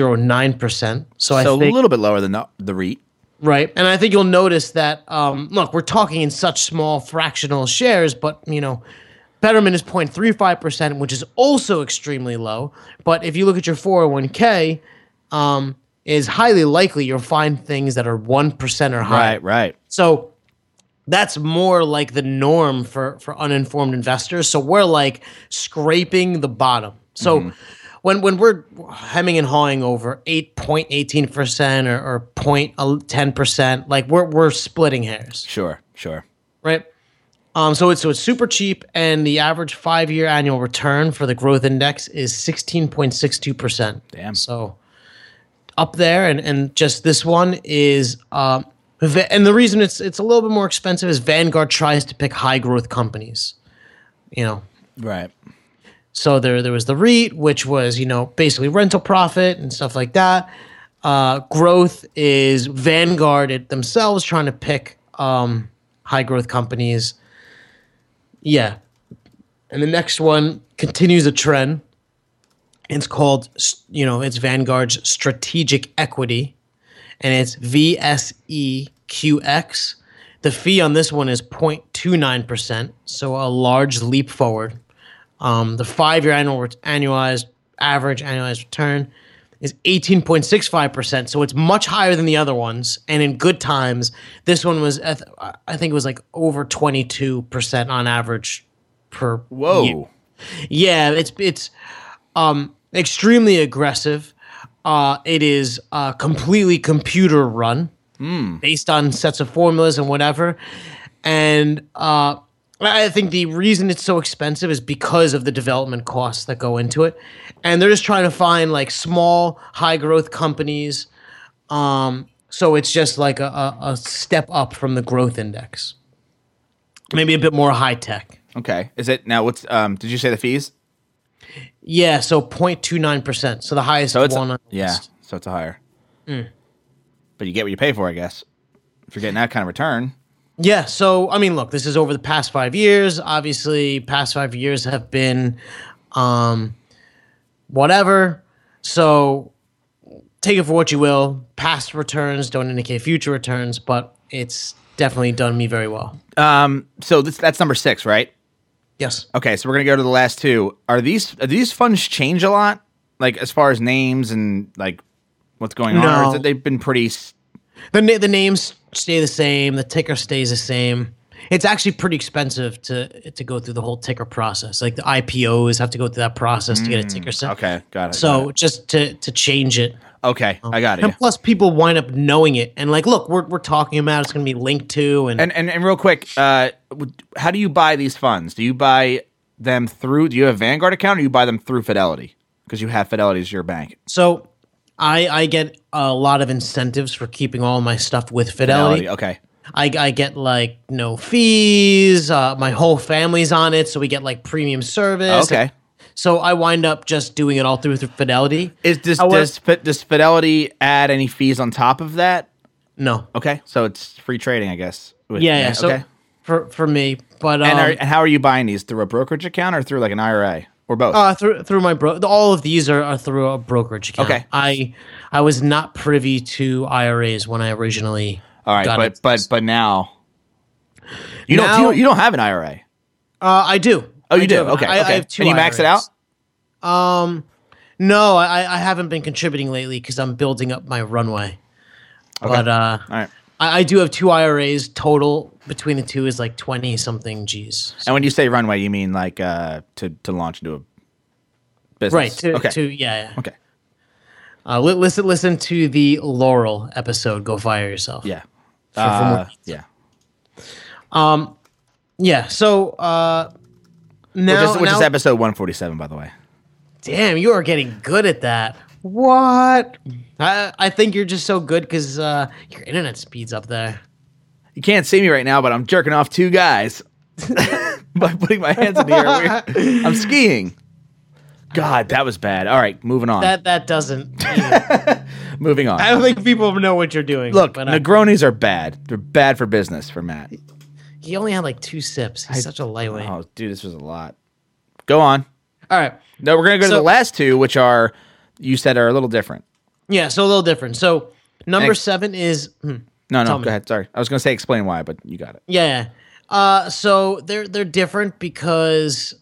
Speaker 2: 0.09%. So,
Speaker 1: So
Speaker 2: I think,
Speaker 1: a little bit lower than the, the REIT.
Speaker 2: right. And I think you'll notice that, um, look, we're talking in such small fractional shares, but, you know, Betterment is 0.35%, which is also extremely low. But if you look at your 401k, um, is highly likely you'll find things that are 1% or higher.
Speaker 1: Right, right.
Speaker 2: So that's more like the norm for for uninformed investors. So we're like scraping the bottom. So when when we're hemming and hawing over 8.18% or, or 0.10%, like we're we're splitting hairs,
Speaker 1: Sure, sure.
Speaker 2: right? Um, so it's so it's super cheap, and the average five year annual return for the growth index is sixteen point six two percent.
Speaker 1: Damn.
Speaker 2: So up there, and and just this one is, um, Va- and the reason it's it's a little bit more expensive is Vanguard tries to pick high growth companies, you know.
Speaker 1: Right.
Speaker 2: So there there was the REIT, which was you know basically rental profit and stuff like that. Uh, growth is Vanguard it themselves trying to pick um, high growth companies. Yeah, and the next one continues a trend. It's called s- you know it's Vanguard's strategic equity, and it's VSEQX. The fee on this one is 0.29 percent, so a large leap forward. Um, the five-year annual ret- annualized average annualized return is 18.65%, so it's much higher than the other ones. And in good times, this one was I th- I think it was like over 22% on average per
Speaker 1: Whoa.
Speaker 2: year. Yeah, it's it's um extremely aggressive. Uh it is uh completely computer run based on sets of formulas and whatever. And uh I think the reason it's so expensive is because of the development costs that go into it. And they're just trying to find like small, high growth companies. Um so it's just like a, a, a step up from the growth index. Maybe a bit more high tech.
Speaker 1: Okay. Is it now? What's um? Did you say the fees?
Speaker 2: Yeah, so 0.29%. So the highest
Speaker 1: So it's
Speaker 2: one. on the
Speaker 1: yeah.
Speaker 2: list.
Speaker 1: So it's a higher.
Speaker 2: Hmm.
Speaker 1: But you get what you pay for, I guess. If you're getting that kind of return,
Speaker 2: Yeah, so I mean, look, this is over the past 5 years. Obviously, past 5 years have been um whatever. So take it for what you will. Past returns don't indicate future returns, but it's definitely done me very well.
Speaker 1: um, so this, that's number six, right?
Speaker 2: Yes.
Speaker 1: Okay, so we're gonna go to the last two. Are these are these funds change a lot? Like as far as names and like what's going on? Or is
Speaker 2: No.
Speaker 1: it they've been pretty. s-
Speaker 2: The na- the names stay the same, the ticker stays the same. It's actually pretty expensive to to go through the whole ticker process. Like the IPOs have to go through that process to get a
Speaker 1: Hmm,
Speaker 2: ticker set.
Speaker 1: Okay, got it.
Speaker 2: So
Speaker 1: got
Speaker 2: just to to change it.
Speaker 1: it. okay, I got it.
Speaker 2: And
Speaker 1: yeah.
Speaker 2: plus people wind up knowing it and like, look, we're we're talking about it's gonna be linked to and,
Speaker 1: And and and real quick, uh, w- how do you buy these funds? Do you buy them through? Do you have a Vanguard account, or you buy them through Fidelity because you have Fidelity as your bank?
Speaker 2: so I I get a lot of incentives for keeping all my stuff with Fidelity.
Speaker 1: Fidelity. Okay.
Speaker 2: I, I get like no fees. Uh, my whole family's on it, so we get like premium service.
Speaker 1: Okay.
Speaker 2: So I wind up just doing it all through through Fidelity.
Speaker 1: Is does,
Speaker 2: However-
Speaker 1: does Fi- does Fidelity add any fees on top of that?
Speaker 2: No.
Speaker 1: Okay, so it's free trading, I guess. With-
Speaker 2: Yeah, yeah. So
Speaker 1: Okay.
Speaker 2: for for me, but um,
Speaker 1: And, are, and how are you buying these through a brokerage account or through like an IRA or both?
Speaker 2: Uh, through through my bro, all of these are, are through a brokerage account.
Speaker 1: Okay.
Speaker 2: I I was not privy to IRAs when I originally.
Speaker 1: All right,
Speaker 2: got
Speaker 1: but
Speaker 2: into
Speaker 1: but
Speaker 2: this.
Speaker 1: but now you don't
Speaker 2: Now-
Speaker 1: you, you don't have an IRA.
Speaker 2: uh, I do.
Speaker 1: Oh, you
Speaker 2: I
Speaker 1: do.
Speaker 2: have-
Speaker 1: Okay,
Speaker 2: I,
Speaker 1: okay.
Speaker 2: I have two.
Speaker 1: And you max it out?
Speaker 2: IRAs. Um, no, I I haven't been contributing lately because I'm building up my runway. But uh,
Speaker 1: All right.
Speaker 2: I, I do have two IRAs total. Between the two is like twenty something G's.
Speaker 1: And when you say runway, you mean like uh, to to launch into a business,
Speaker 2: Right. To,
Speaker 1: okay.
Speaker 2: to yeah. yeah.
Speaker 1: okay.
Speaker 2: Uh, li- listen listen to the Laurel episode. Go fire yourself.
Speaker 1: Yeah.
Speaker 2: For- for more
Speaker 1: Uh, yeah.
Speaker 2: Yeah. So uh, now,
Speaker 1: Which is, which
Speaker 2: now
Speaker 1: is episode 147, by the way.
Speaker 2: damn, you are getting good at that. What? I I think you're just so good because uh, your internet speeds up there.
Speaker 1: You can't see me right now, but I'm jerking off two guys by putting my hands in the air. We're- I'm skiing. God, that was bad. All right, moving on.
Speaker 2: That that doesn't.
Speaker 1: moving on.
Speaker 2: I don't think people know what you're doing.
Speaker 1: Look,
Speaker 2: but uh,
Speaker 1: Negronis are bad. They're bad for business for Matt.
Speaker 2: he only had like two sips. He's such a lightweight.
Speaker 1: Oh, dude, this was a lot. Go on.
Speaker 2: All right.
Speaker 1: No, we're gonna go to
Speaker 2: So-
Speaker 1: the last two, which are you said are a little different.
Speaker 2: Yeah. So a little different. So number
Speaker 1: Thanks.
Speaker 2: seven is. hmm,
Speaker 1: No, no,
Speaker 2: Tell
Speaker 1: go
Speaker 2: me.
Speaker 1: ahead. Sorry, I was gonna say explain why, but you got it.
Speaker 2: Yeah. Uh, so they're they're different because.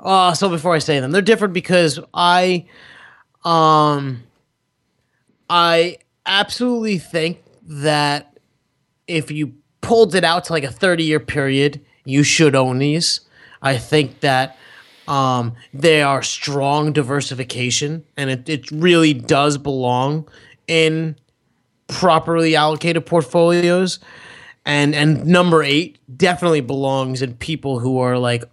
Speaker 2: Uh, so before I say them, they're different because I, um, I absolutely think that if you pulled it out to like a 30 year period, you should own these. I think that um, they are strong diversification and it, it really does belong in properly allocated portfolios. And, and number eight definitely belongs in people who are like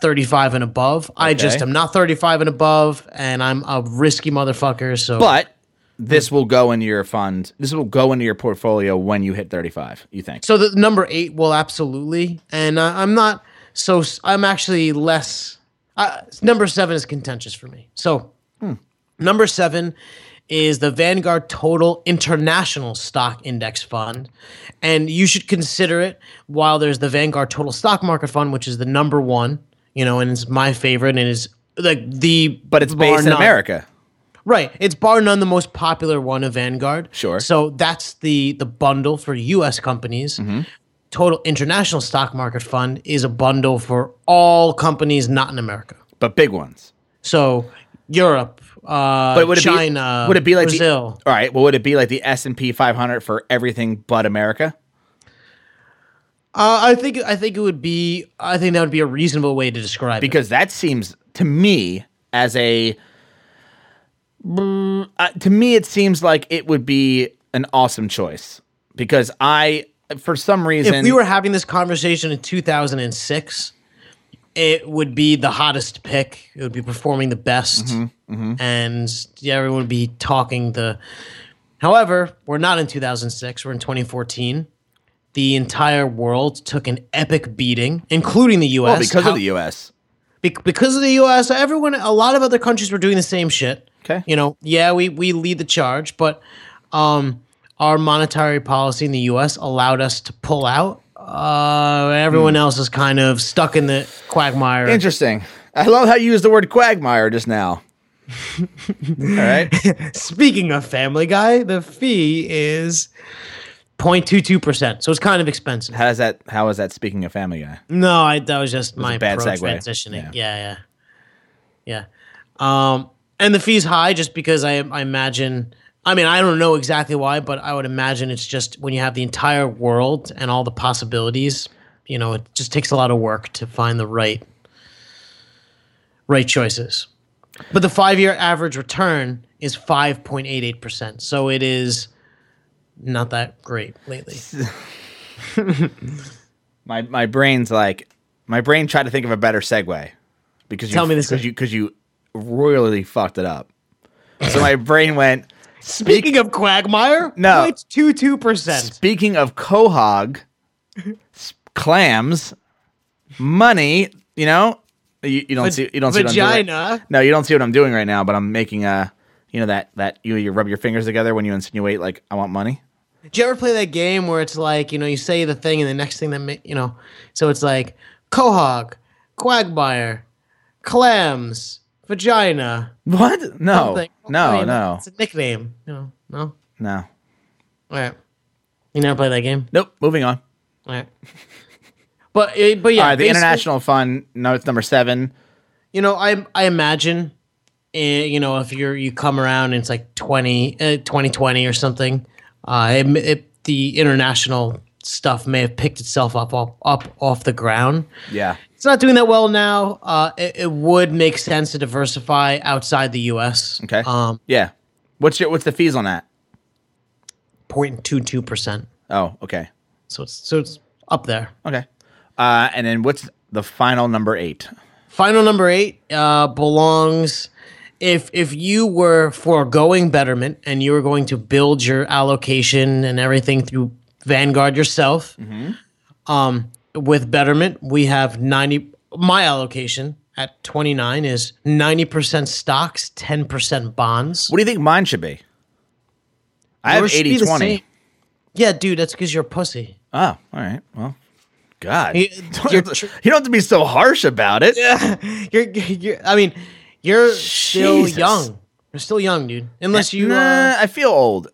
Speaker 2: 35 and above. I just
Speaker 1: Okay.
Speaker 2: am not 35 and above, and I'm a risky motherfucker. So,
Speaker 1: But this will go into your fund. This will go into your portfolio when you hit 35, you think?
Speaker 2: So the number eight will absolutely, and uh, I'm not. So s- I'm actually less. Uh, number seven is contentious for me. So
Speaker 1: Hmm.
Speaker 2: number seven is the Vanguard Total International Stock Index Fund, and you should consider it. While there's the Vanguard Total Stock Market Fund, which is the number one, you know, and it's my favorite, and is like the
Speaker 1: But it's
Speaker 2: bar
Speaker 1: based in
Speaker 2: none.
Speaker 1: America.
Speaker 2: Right. It's bar none the most popular one of Vanguard.
Speaker 1: Sure.
Speaker 2: So that's the the bundle for US companies.
Speaker 1: Mm-hmm.
Speaker 2: Total International Stock Market Fund is a bundle for all companies not in America.
Speaker 1: but big ones.
Speaker 2: So Europe, uh
Speaker 1: But would it
Speaker 2: China,
Speaker 1: be would it be like
Speaker 2: Brazil.
Speaker 1: The, all right, well, would it be like the S and P 500 for everything but America?
Speaker 2: uh, I think I think it would be I think that would be a reasonable way to describe it.
Speaker 1: Because that seems to me as a Mm, uh, to me it seems like it would be an awesome choice because I for some reason
Speaker 2: if we were having this conversation in 2006 it would be the hottest pick it would be performing the best
Speaker 1: Mm-hmm,
Speaker 2: and yeah, everyone would be talking the however we're not in 2006 we're in 2014 the entire world took an epic beating including the us
Speaker 1: well, because
Speaker 2: How-
Speaker 1: of the U.S.
Speaker 2: be- because of the U.S., everyone, a lot of other countries were doing the same shit.
Speaker 1: Okay.
Speaker 2: You know, yeah, we we lead the charge, but um, our monetary policy in the U.S. allowed us to pull out. Uh, everyone else is kind of stuck in the quagmire.
Speaker 1: Interesting. I love how you used the word quagmire just now. all right,
Speaker 2: Speaking of Family Guy, the fee is 0.22 percent, so it's kind of expensive.
Speaker 1: how is that? How is that? Speaking of Family Guy,
Speaker 2: No, I, that was just my
Speaker 1: bad
Speaker 2: approach
Speaker 1: segue.
Speaker 2: transitioning. Yeah. yeah, yeah, Um, and the fee's high just because I, I imagine. I mean, I don't know exactly why, but I would imagine it's just when you have the entire world and all the possibilities. You know, it just takes a lot of work to find the right, right choices. But the five-year average return is five point eight eight percent, so it is not that great lately.
Speaker 1: my my brain's like my brain tried to think of a better segue because you,
Speaker 2: Tell me this
Speaker 1: because you because you royally fucked it up. So my brain went.
Speaker 2: Speaking of Quagmire,
Speaker 1: No.
Speaker 2: it's two two percent.
Speaker 1: Speaking of quahog, s- clams, money. You know, you, you don't see you don't see what I'm doing.
Speaker 2: vagina.
Speaker 1: No, you don't see what I'm doing right now. But I'm making a you know that that you you rub your fingers together when you insinuate like I want money.
Speaker 2: Do you ever play that game where it's like you know you say the thing and the next thing that ma- you know, so it's like quahog, quagmire, clams, vagina.
Speaker 1: What? No,
Speaker 2: something. I
Speaker 1: no,
Speaker 2: mean,
Speaker 1: no,
Speaker 2: It's a nickname. You know, no. All
Speaker 1: no.
Speaker 2: right. You never play that game.
Speaker 1: Nope. Moving on.
Speaker 2: All right. But eh, but yeah,
Speaker 1: All right, the
Speaker 2: basically-
Speaker 1: international fund. No, it's number seven.
Speaker 2: You know, I I imagine, eh, you know, if you're you come around and it's like 20, uh, 2020 or something, uh, it, it, the international stuff may have picked itself up up, up off the ground.
Speaker 1: Yeah.
Speaker 2: It's not doing that well now. Uh, it, it would make sense to diversify outside the U.S.
Speaker 1: Okay.
Speaker 2: Um,
Speaker 1: yeah. What's your what's the fees on that?
Speaker 2: 0.22 percent.
Speaker 1: Oh, okay,
Speaker 2: So it's so it's up there.
Speaker 1: okay. Uh, and then what's the final number eight?
Speaker 2: Final number eight uh, belongs. If if you were foregoing Betterment and you were going to build your allocation and everything through Vanguard yourself, um, with Betterment we have ninety. My allocation at twenty nine is ninety percent stocks, ten percent bonds.
Speaker 1: What do you think mine should be? I have
Speaker 2: Yours should be
Speaker 1: 80
Speaker 2: the
Speaker 1: 20.
Speaker 2: same. Yeah, dude, that's because you're a pussy.
Speaker 1: Oh, all right. Well, God.
Speaker 2: You-
Speaker 1: You, don't
Speaker 2: you're
Speaker 1: have
Speaker 2: tr-
Speaker 1: to, you don't have to be so harsh about it.
Speaker 2: You're, you're I mean, you're still
Speaker 1: Jesus.
Speaker 2: young. You're still young, dude. Unless you. Uh,
Speaker 1: nah, I feel old.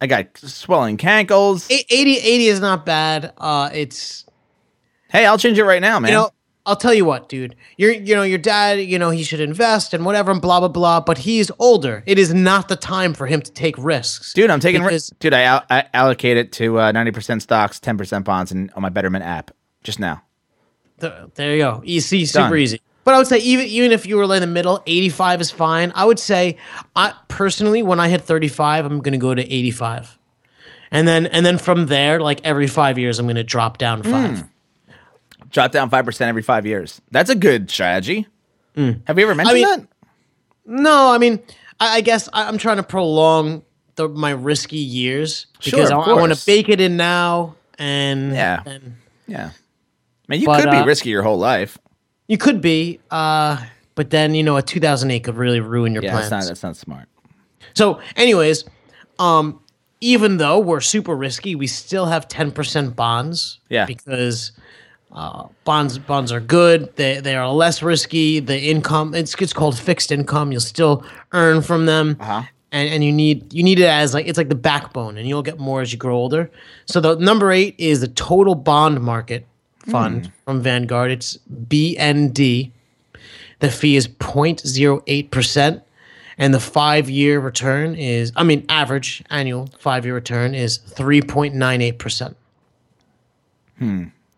Speaker 1: I got swelling cankles.
Speaker 2: Eight- 80, 80 is not bad. Uh, it's
Speaker 1: Hey, I'll change it right now, man.
Speaker 2: you know I'll tell you what, dude. Your you know your dad, you know he should invest and whatever and blah blah blah. But he's older. It is not the time for him to take risks.
Speaker 1: Dude, I'm taking
Speaker 2: Because-
Speaker 1: risks. Dude, I, al- I allocate it to uh, 90% stocks, 10% bonds, and on my Betterment app just now.
Speaker 2: Th- there you go. Easy, super
Speaker 1: Done.
Speaker 2: easy. But I would say even even if you were in the middle, 85 is fine. I would say I personally when I hit 35, I'm going to go to 85. And then and then from there, like every 5 years I'm going to drop down
Speaker 1: Hmm.
Speaker 2: 5.
Speaker 1: Drop down 5% every five years. That's a good strategy. Have we ever mentioned
Speaker 2: Hmm. mean-
Speaker 1: that?
Speaker 2: No, I mean, I, I guess I, I'm trying to prolong the, my risky years because
Speaker 1: Sure, of
Speaker 2: I, want
Speaker 1: course.
Speaker 2: to bake it in now. And
Speaker 1: Yeah.
Speaker 2: and
Speaker 1: Yeah. Man, you
Speaker 2: um, But,
Speaker 1: could be
Speaker 2: uh,
Speaker 1: risky your whole life.
Speaker 2: you could be, uh, but then you know, a 2008 could really ruin your
Speaker 1: Yeah,
Speaker 2: plans.
Speaker 1: that's not, that's not smart.
Speaker 2: So, anyways, um, even though we're super risky, we still have ten percent bonds.
Speaker 1: Yeah.
Speaker 2: Because uh, bonds bonds are good. They they are less risky. The income it's it's called fixed income. You'll still earn from them.
Speaker 1: Uh-huh.
Speaker 2: And, and you need you need it as like it's like the backbone, and you'll get more as you grow older. So the number eight is the total bond market fund
Speaker 1: Hmm.
Speaker 2: from Vanguard. It's BND. The fee is 0.08%. And the five year return is, I mean, average annual five year return is 3.98%.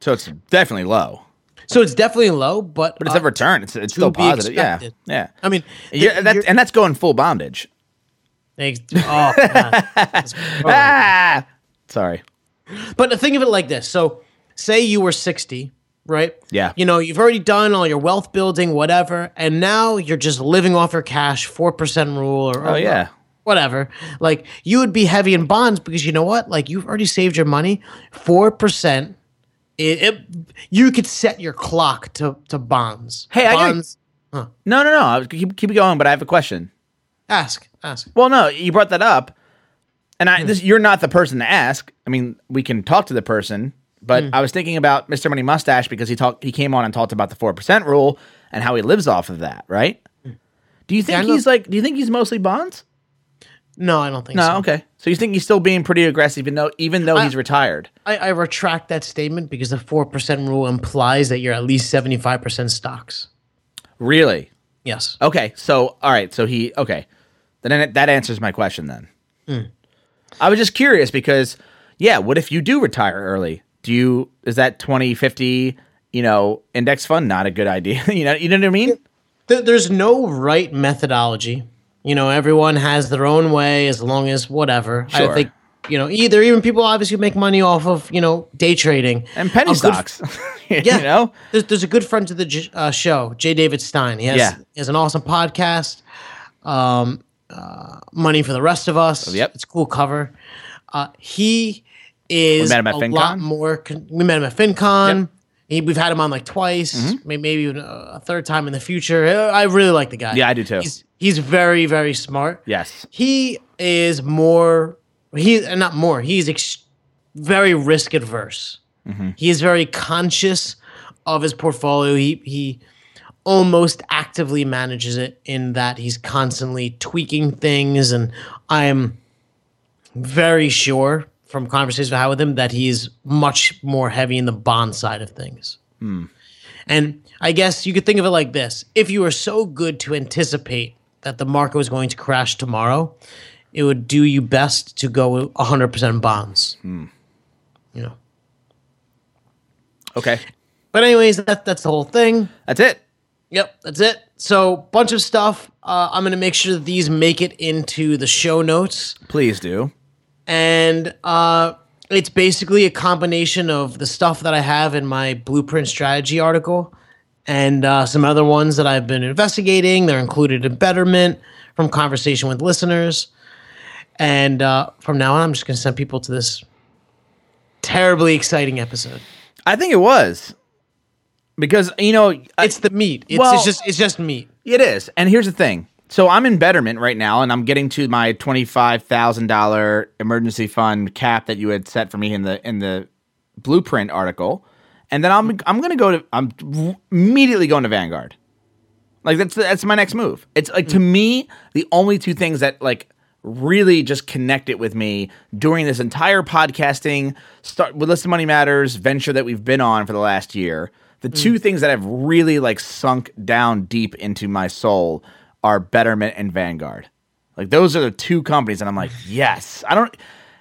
Speaker 1: So it's definitely low,
Speaker 2: So it's definitely low, but,
Speaker 1: but it's a return. It's, it's still
Speaker 2: Uh, be
Speaker 1: positive. Yeah.
Speaker 2: expected.
Speaker 1: Yeah.
Speaker 2: I mean,
Speaker 1: Yeah, that, and that's going full bondage.
Speaker 2: ex- oh, man. That's horrible.
Speaker 1: Ah! Sorry.
Speaker 2: But think of it like this. So, say you were 60, right?
Speaker 1: Yeah.
Speaker 2: You know, you've already done all your wealth building, whatever, and now you're just living off your cash, 4% rule or,
Speaker 1: Oh, yeah.
Speaker 2: whatever. Like, you would be heavy in bonds because you know what? Like, you've already saved your money. 4%, it, it, you could set your clock to, to bonds.
Speaker 1: Hey, I got-
Speaker 2: bonds,
Speaker 1: No, no, no. I was- Keep, keep going, but I have a question.
Speaker 2: Ask, ask.
Speaker 1: Well, no, you brought that up, and I this, you're not the person to ask. I mean, we can talk to the person, but I was thinking about Mr. Money Mustache because he talked he came on and talked about the four percent rule and how he lives off of that, right? Do you
Speaker 2: I
Speaker 1: think
Speaker 2: know-
Speaker 1: he's like? Do you think he's mostly bonds?
Speaker 2: No, I don't think
Speaker 1: No,
Speaker 2: so.
Speaker 1: okay. So you think he's still being pretty aggressive, even though even though he's retired.
Speaker 2: I, I retract that statement because the 4% rule implies that you're at least 75% stocks.
Speaker 1: Really?
Speaker 2: Yes.
Speaker 1: Okay. So all right. So he okay. Then that- that answers my question. Then I was just curious because yeah, what if you do retire early? Do you is that twenty fifty you know index fund not a good idea? you know you know what I mean?
Speaker 2: There- there's no right methodology. You know, everyone has their own way as long as whatever.
Speaker 1: Sure.
Speaker 2: I think, you know, either even people obviously make money off of, you know, day trading.
Speaker 1: And penny
Speaker 2: A good-
Speaker 1: stocks. yeah. You know.
Speaker 2: There's, there's a good friend to the j- uh, show, J. David Stein. He has,
Speaker 1: Yeah.
Speaker 2: he has an awesome podcast, um, uh, Money for the Rest of Us.
Speaker 1: Yep.
Speaker 2: It's a cool cover. Uh, he is
Speaker 1: met him at
Speaker 2: a
Speaker 1: FinCon?
Speaker 2: lot more. Con- we met him at FinCon.
Speaker 1: Yep. Mm-hmm.
Speaker 2: He, we've had him on like twice, may- maybe even uh, a third time in the future. Uh, I really like the guy.
Speaker 1: Yeah, I do too.
Speaker 2: He's, he's very, very smart.
Speaker 1: Yes.
Speaker 2: He is more, he, uh, not more, he's ex- very risk adverse. He is very conscious of his portfolio. He he almost actively manages it in that he's constantly tweaking things, and I'm very sure from conversations I had with him that he's much more heavy in the bond side of things. And I guess you could think of it like this: if you were so good to anticipate that the market was going to crash tomorrow, it would do you best to go 100% bonds. You know.
Speaker 1: Okay.
Speaker 2: But anyways, that that's the whole thing.
Speaker 1: That's it.
Speaker 2: Yep, that's it. So bunch of stuff. Uh, I'm gonna make sure that these make it into the show notes,
Speaker 1: Please do.
Speaker 2: and uh, it's basically a combination of the stuff that I have in my blueprint strategy article, and uh, some other ones that I've been investigating. They're included in Betterment from conversation with listeners, and uh, from now on, I'm just gonna send people to this terribly exciting episode.
Speaker 1: I think it was because you know I-
Speaker 2: It's the meat. It's,
Speaker 1: Uh, Well-
Speaker 2: it's just it's just meat.
Speaker 1: It is. And here's the thing. So I'm in Betterment right now, and I'm getting to my twenty-five thousand dollar emergency fund cap that you had set for me in the in the blueprint article, and then I'm I'm gonna go to I'm immediately going to Vanguard. Like that's that's my next move. It's like to me the only two things that like really just connect it with me during this entire podcasting start with List of Money Matters venture that we've been on for the last year the two things that have really like sunk down deep into my soul are Betterment and Vanguard. Like those are the two companies, and I'm like, yes, I don't.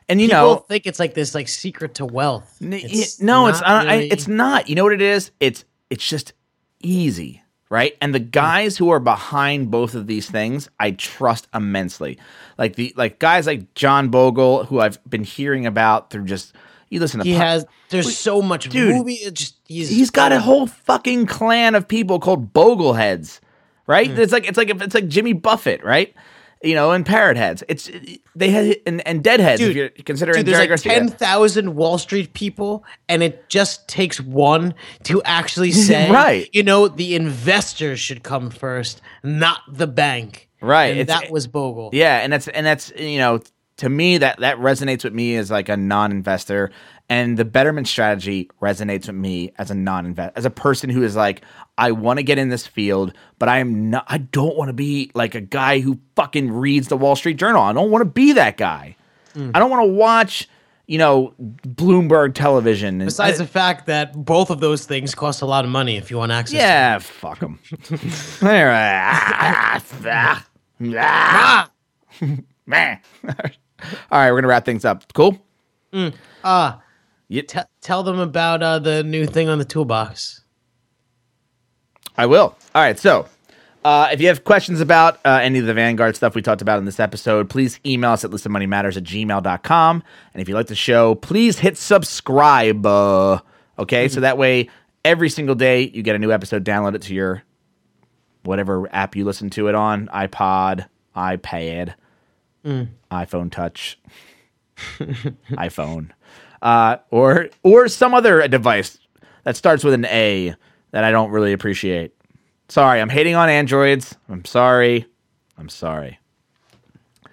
Speaker 1: And you
Speaker 2: People
Speaker 1: know,
Speaker 2: think it's like this like secret to wealth.
Speaker 1: N- y- no, it's
Speaker 2: not
Speaker 1: not, I,
Speaker 2: really-
Speaker 1: it's not. You know what it is? It's it's just easy, right? And
Speaker 2: Hmm.
Speaker 1: the guys who are behind both of these things, I trust immensely. Like the like guys like John Bogle, who I've been hearing about through just you listen to.
Speaker 2: he
Speaker 1: po-
Speaker 2: has. There's so much
Speaker 1: dude,
Speaker 2: movie. It just he's,
Speaker 1: he's got a whole fucking clan of people called Bogleheads, right?
Speaker 2: Hmm.
Speaker 1: It's like it's like it's like Jimmy Buffett, right? You know, and parrot heads. It's they had and, and deadheads. if
Speaker 2: Dude,
Speaker 1: you're considering
Speaker 2: Dude, there's
Speaker 1: Jerry
Speaker 2: like
Speaker 1: Garcia.
Speaker 2: ten thousand Wall Street people, and it just takes one to actually say,
Speaker 1: Right.
Speaker 2: You know, the investor should come first, not the bank.
Speaker 1: Right,
Speaker 2: And
Speaker 1: it's-
Speaker 2: that was Bogle.
Speaker 1: Yeah, and that's and that's you know to me that that resonates with me as like a non-investor, and the betterment strategy resonates with me as a non-invest as a person who is like I want to get in this field, but I am not. I don't want to be like a guy who fucking reads the Wall Street Journal. I don't want to be that guy. I don't want to watch you know Bloomberg television. And
Speaker 2: Besides the fact that both of those things cost a lot of money if you want access. to
Speaker 1: yeah, fuck them. All right, we're gonna wrap things up. Cool.
Speaker 2: Te- tell them about uh, the new thing on the toolbox.
Speaker 1: I will. All right. So, uh, if you have questions about uh, any of the Vanguard stuff we talked about in this episode, please email us at listofmoneymatters at gmail.com. And if you like the show, please hit subscribe. Uh, okay. So that way, every single day, you get a new episode, download it to your whatever app you listen to it on iPod, iPad,
Speaker 2: Hmm.
Speaker 1: iPhone Touch, iPhone, uh, or or some other device that starts with an A that I don't really appreciate. Sorry, I'm hating on Androids. I'm sorry. I'm sorry.
Speaker 2: a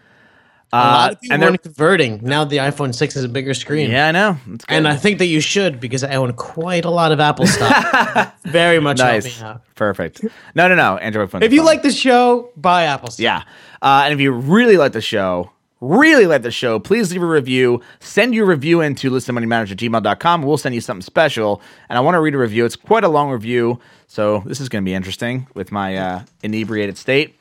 Speaker 2: lot
Speaker 1: Uh,
Speaker 2: of
Speaker 1: and
Speaker 2: people
Speaker 1: they're-
Speaker 2: are converting now. The iPhone six is a bigger screen.
Speaker 1: Yeah, I know. It's good.
Speaker 2: And I think that you should because I own quite a lot of Apple stock. Very much helping
Speaker 1: nice.
Speaker 2: out.
Speaker 1: Perfect. No, no, no. Android phone.
Speaker 2: If you like the show, buy Apple stock.
Speaker 1: Yeah. Uh, and if you really like the show, really like the show, please leave a review. Send your review in to listenmoneymatters at gmail.com. We'll send you something special. And I want to read a review. It's quite a long review. So this is going to be interesting with my uh, inebriated state.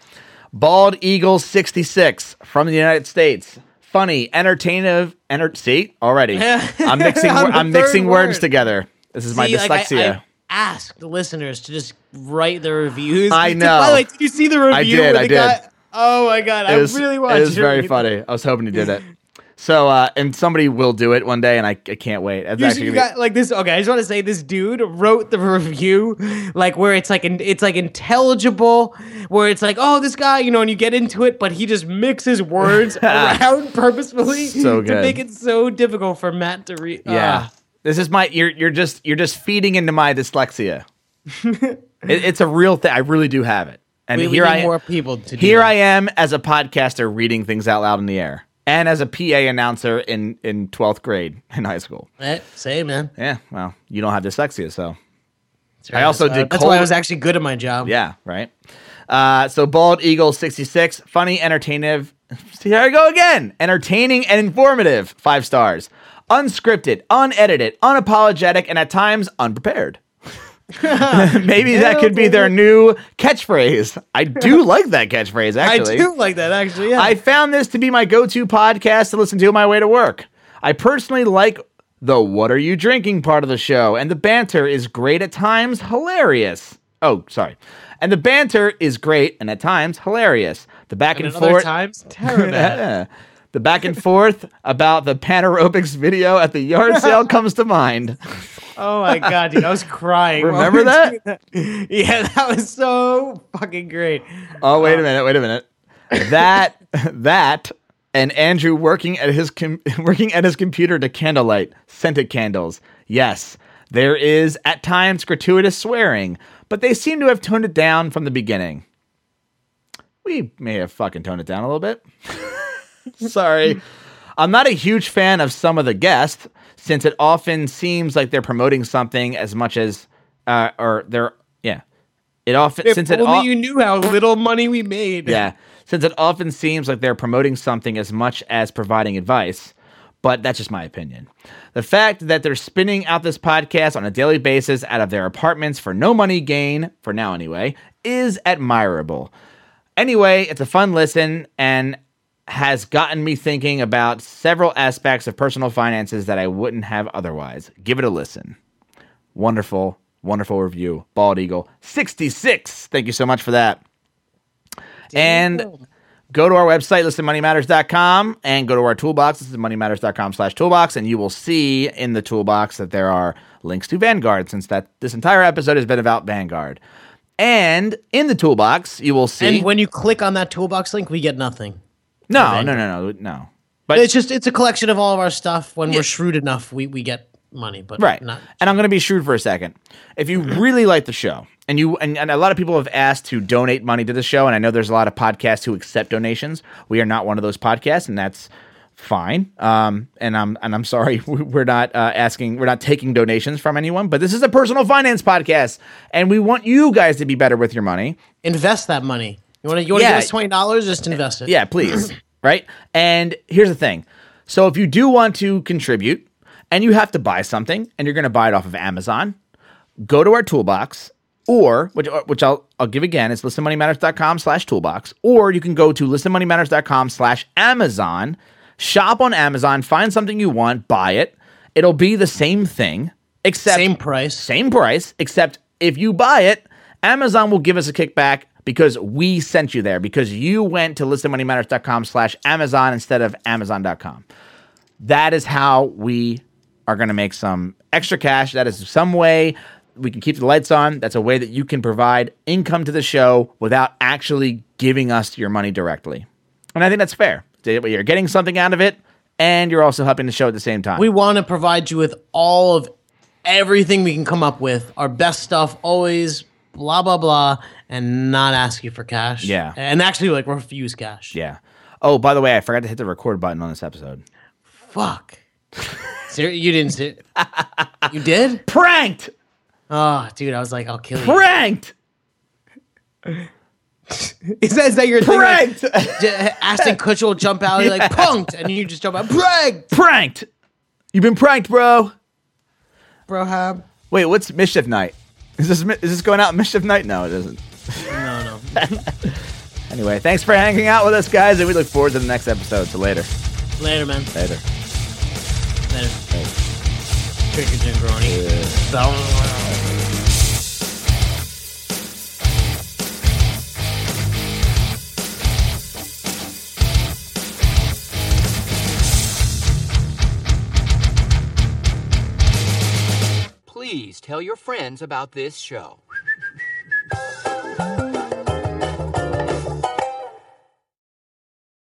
Speaker 1: Bald Eagle 66 from the United States. Funny, entertaining, enter- see already. I'm mixing.
Speaker 2: On
Speaker 1: wor-
Speaker 2: the
Speaker 1: I'm
Speaker 2: third
Speaker 1: mixing words
Speaker 2: word.
Speaker 1: together. This is my
Speaker 2: See, like, I-
Speaker 1: dyslexia.
Speaker 2: I, asked the listeners to just write their reviews.
Speaker 1: I
Speaker 2: Did-
Speaker 1: know.
Speaker 2: By the way, did you see the review?
Speaker 1: did, I
Speaker 2: where the
Speaker 1: did.
Speaker 2: guy- oh my god! I
Speaker 1: it was,
Speaker 2: really wanted.
Speaker 1: It was
Speaker 2: to
Speaker 1: very
Speaker 2: read that.
Speaker 1: funny. I was hoping you did it. So, uh, and somebody will do it one day, and I, I can't wait. That's
Speaker 2: You,
Speaker 1: actually
Speaker 2: you
Speaker 1: gonna
Speaker 2: got like this. Okay, I just want to say this dude wrote the review, like where it's like in, it's like intelligible, where it's like, oh, this guy, you know, and you get into it, but he just mixes words around purposefully
Speaker 1: So
Speaker 2: to
Speaker 1: good.
Speaker 2: make it so difficult for Matt to ah. read.
Speaker 1: be, yeah. This is my. You're you're just you're just feeding into my dyslexia. it, it's a real thing. I really do have it. And
Speaker 2: we, we
Speaker 1: here
Speaker 2: need
Speaker 1: I
Speaker 2: more people to do
Speaker 1: here
Speaker 2: that.
Speaker 1: I am as a podcaster reading things out loud in the air, and as a PA announcer in in twelfth grade in high school.
Speaker 2: Eh, Same man.
Speaker 1: Yeah. Well, you don't have dyslexia, so
Speaker 2: That's right.
Speaker 1: also
Speaker 2: That's why-
Speaker 1: did
Speaker 2: That's why I
Speaker 1: cold-
Speaker 2: was actually good at my job.
Speaker 1: Yeah, right. Uh, so Bald Eagle 66, funny, entertaining. See, there I go again. Entertaining and informative. Five stars. Unscripted, unedited, unapologetic, and at times unprepared. Maybe that could be their new catchphrase. I do like that catchphrase,
Speaker 2: I
Speaker 1: actually.
Speaker 2: do like that actually. Yeah.
Speaker 1: I found this to be my go to podcast to listen to on my way to work. I personally like the What Are You Drinking part of the show, and the banter is great at times, hilarious. Oh, sorry. And the banter is great and at times hilarious. The back and,
Speaker 2: and other
Speaker 1: forth.
Speaker 2: times terrible.
Speaker 1: Yeah. The back and forth about the panaerobics video at the yard sale comes to mind.
Speaker 2: Oh my god, dude, I was crying. while
Speaker 1: Remember
Speaker 2: we were
Speaker 1: that?
Speaker 2: doing that? Yeah, that was so fucking great.
Speaker 1: Oh,
Speaker 2: Um,
Speaker 1: wait a minute, wait a minute. That that and Andrew working at his com- working at his computer to candlelight scented candles. Yes, there is at times gratuitous swearing, but they seem to have toned it down from the beginning. We may have fucking toned it down a little bit. Sorry. I'm not a huge fan of some of the guests, since it often seems like they're promoting something as much as, uh, or they're, yeah. It often,
Speaker 2: If
Speaker 1: since it
Speaker 2: only
Speaker 1: al-
Speaker 2: you knew how little money we made.
Speaker 1: yeah, since it often seems like they're promoting something as much as providing advice. but that's just my opinion. The fact that they're spinning out this podcast on a daily basis out of their apartments for no money gain, for now anyway, is admirable. Anyway, it's a fun listen and has gotten me thinking about several aspects of personal finances that I wouldn't have otherwise. Give it a listen. Wonderful, wonderful review. Bald Eagle 66. Thank you so much for that. And go to our website, listenmoneymatters.com, and go to our toolbox, listenmoneymatters.com slash toolbox, and you will see in the toolbox that there are links to Vanguard, since that this entire episode has been about Vanguard. And in the toolbox, you will see
Speaker 2: And when you click on that toolbox link, we get nothing.
Speaker 1: no, no, no, no, no. But
Speaker 2: It's just it's a collection of all of our stuff. When we're shrewd enough, we we get money, but
Speaker 1: Right.
Speaker 2: not
Speaker 1: And I'm going to be shrewd for a second. If you really like the show, and you and, and a lot of people have asked to donate money to the show, and I know there's a lot of podcasts who accept donations. We are not one of those podcasts, and that's fine. Um, and I'm and I'm sorry we- we're not uh, asking, we're not taking donations from anyone. But this is a personal finance podcast, and we want you guys to be better with your money.
Speaker 2: invest that money. You want to you want to
Speaker 1: Yeah.
Speaker 2: give us twenty dollars? Just invest it.
Speaker 1: Yeah, please. right? And here's the thing. So if you do want to contribute and you have to buy something and you're going to buy it off of Amazon, go to our toolbox or which uh, which I'll I'll give again is listenmoneymatters.com slash toolbox or you can go to listenmoneymatters.com slash Amazon, shop on Amazon, find something you want, buy it. It'll be the same thing except
Speaker 2: Same price.
Speaker 1: same price, except if you buy it, Amazon will give us a kickback because we sent you there because you went to listenmoneymatters.com slash Amazon instead of Amazon.com. That is how we are going to make some extra cash. That is some way we can keep the lights on. That's a way that you can provide income to the show without actually giving us your money directly. And I think that's fair. You're getting something out of it and you're also helping the show at the same time.
Speaker 2: We want to provide you with all of everything we can come up with, our best stuff, always blah blah blah, and not ask you for cash.
Speaker 1: Yeah.
Speaker 2: and actually like refuse cash.
Speaker 1: yeah. Oh, by the way, I forgot to hit the record button on this episode.
Speaker 2: Fuck. Ser- you didn't see. You did?
Speaker 1: pranked,
Speaker 2: Oh, dude, I was like, I'll kill you.
Speaker 1: pranked,
Speaker 2: Is that, is that your thing? Like,
Speaker 1: pranked,
Speaker 2: J- Aston Kutcher will jump out, you're like punked, and you just jump out, pranked,
Speaker 1: pranked. You've been pranked, bro.
Speaker 2: bro. Hab.
Speaker 1: Wait, what's mischief night? Is this mi- is this going out mischief night? No, it isn't.
Speaker 2: No, no.
Speaker 1: Anyway, thanks for hanging out with us, guys, and we look forward to the next episode. So later,
Speaker 2: Later, man.
Speaker 1: later.
Speaker 2: Later. Drink your gin, brony. Bow.
Speaker 3: please tell your friends about this show.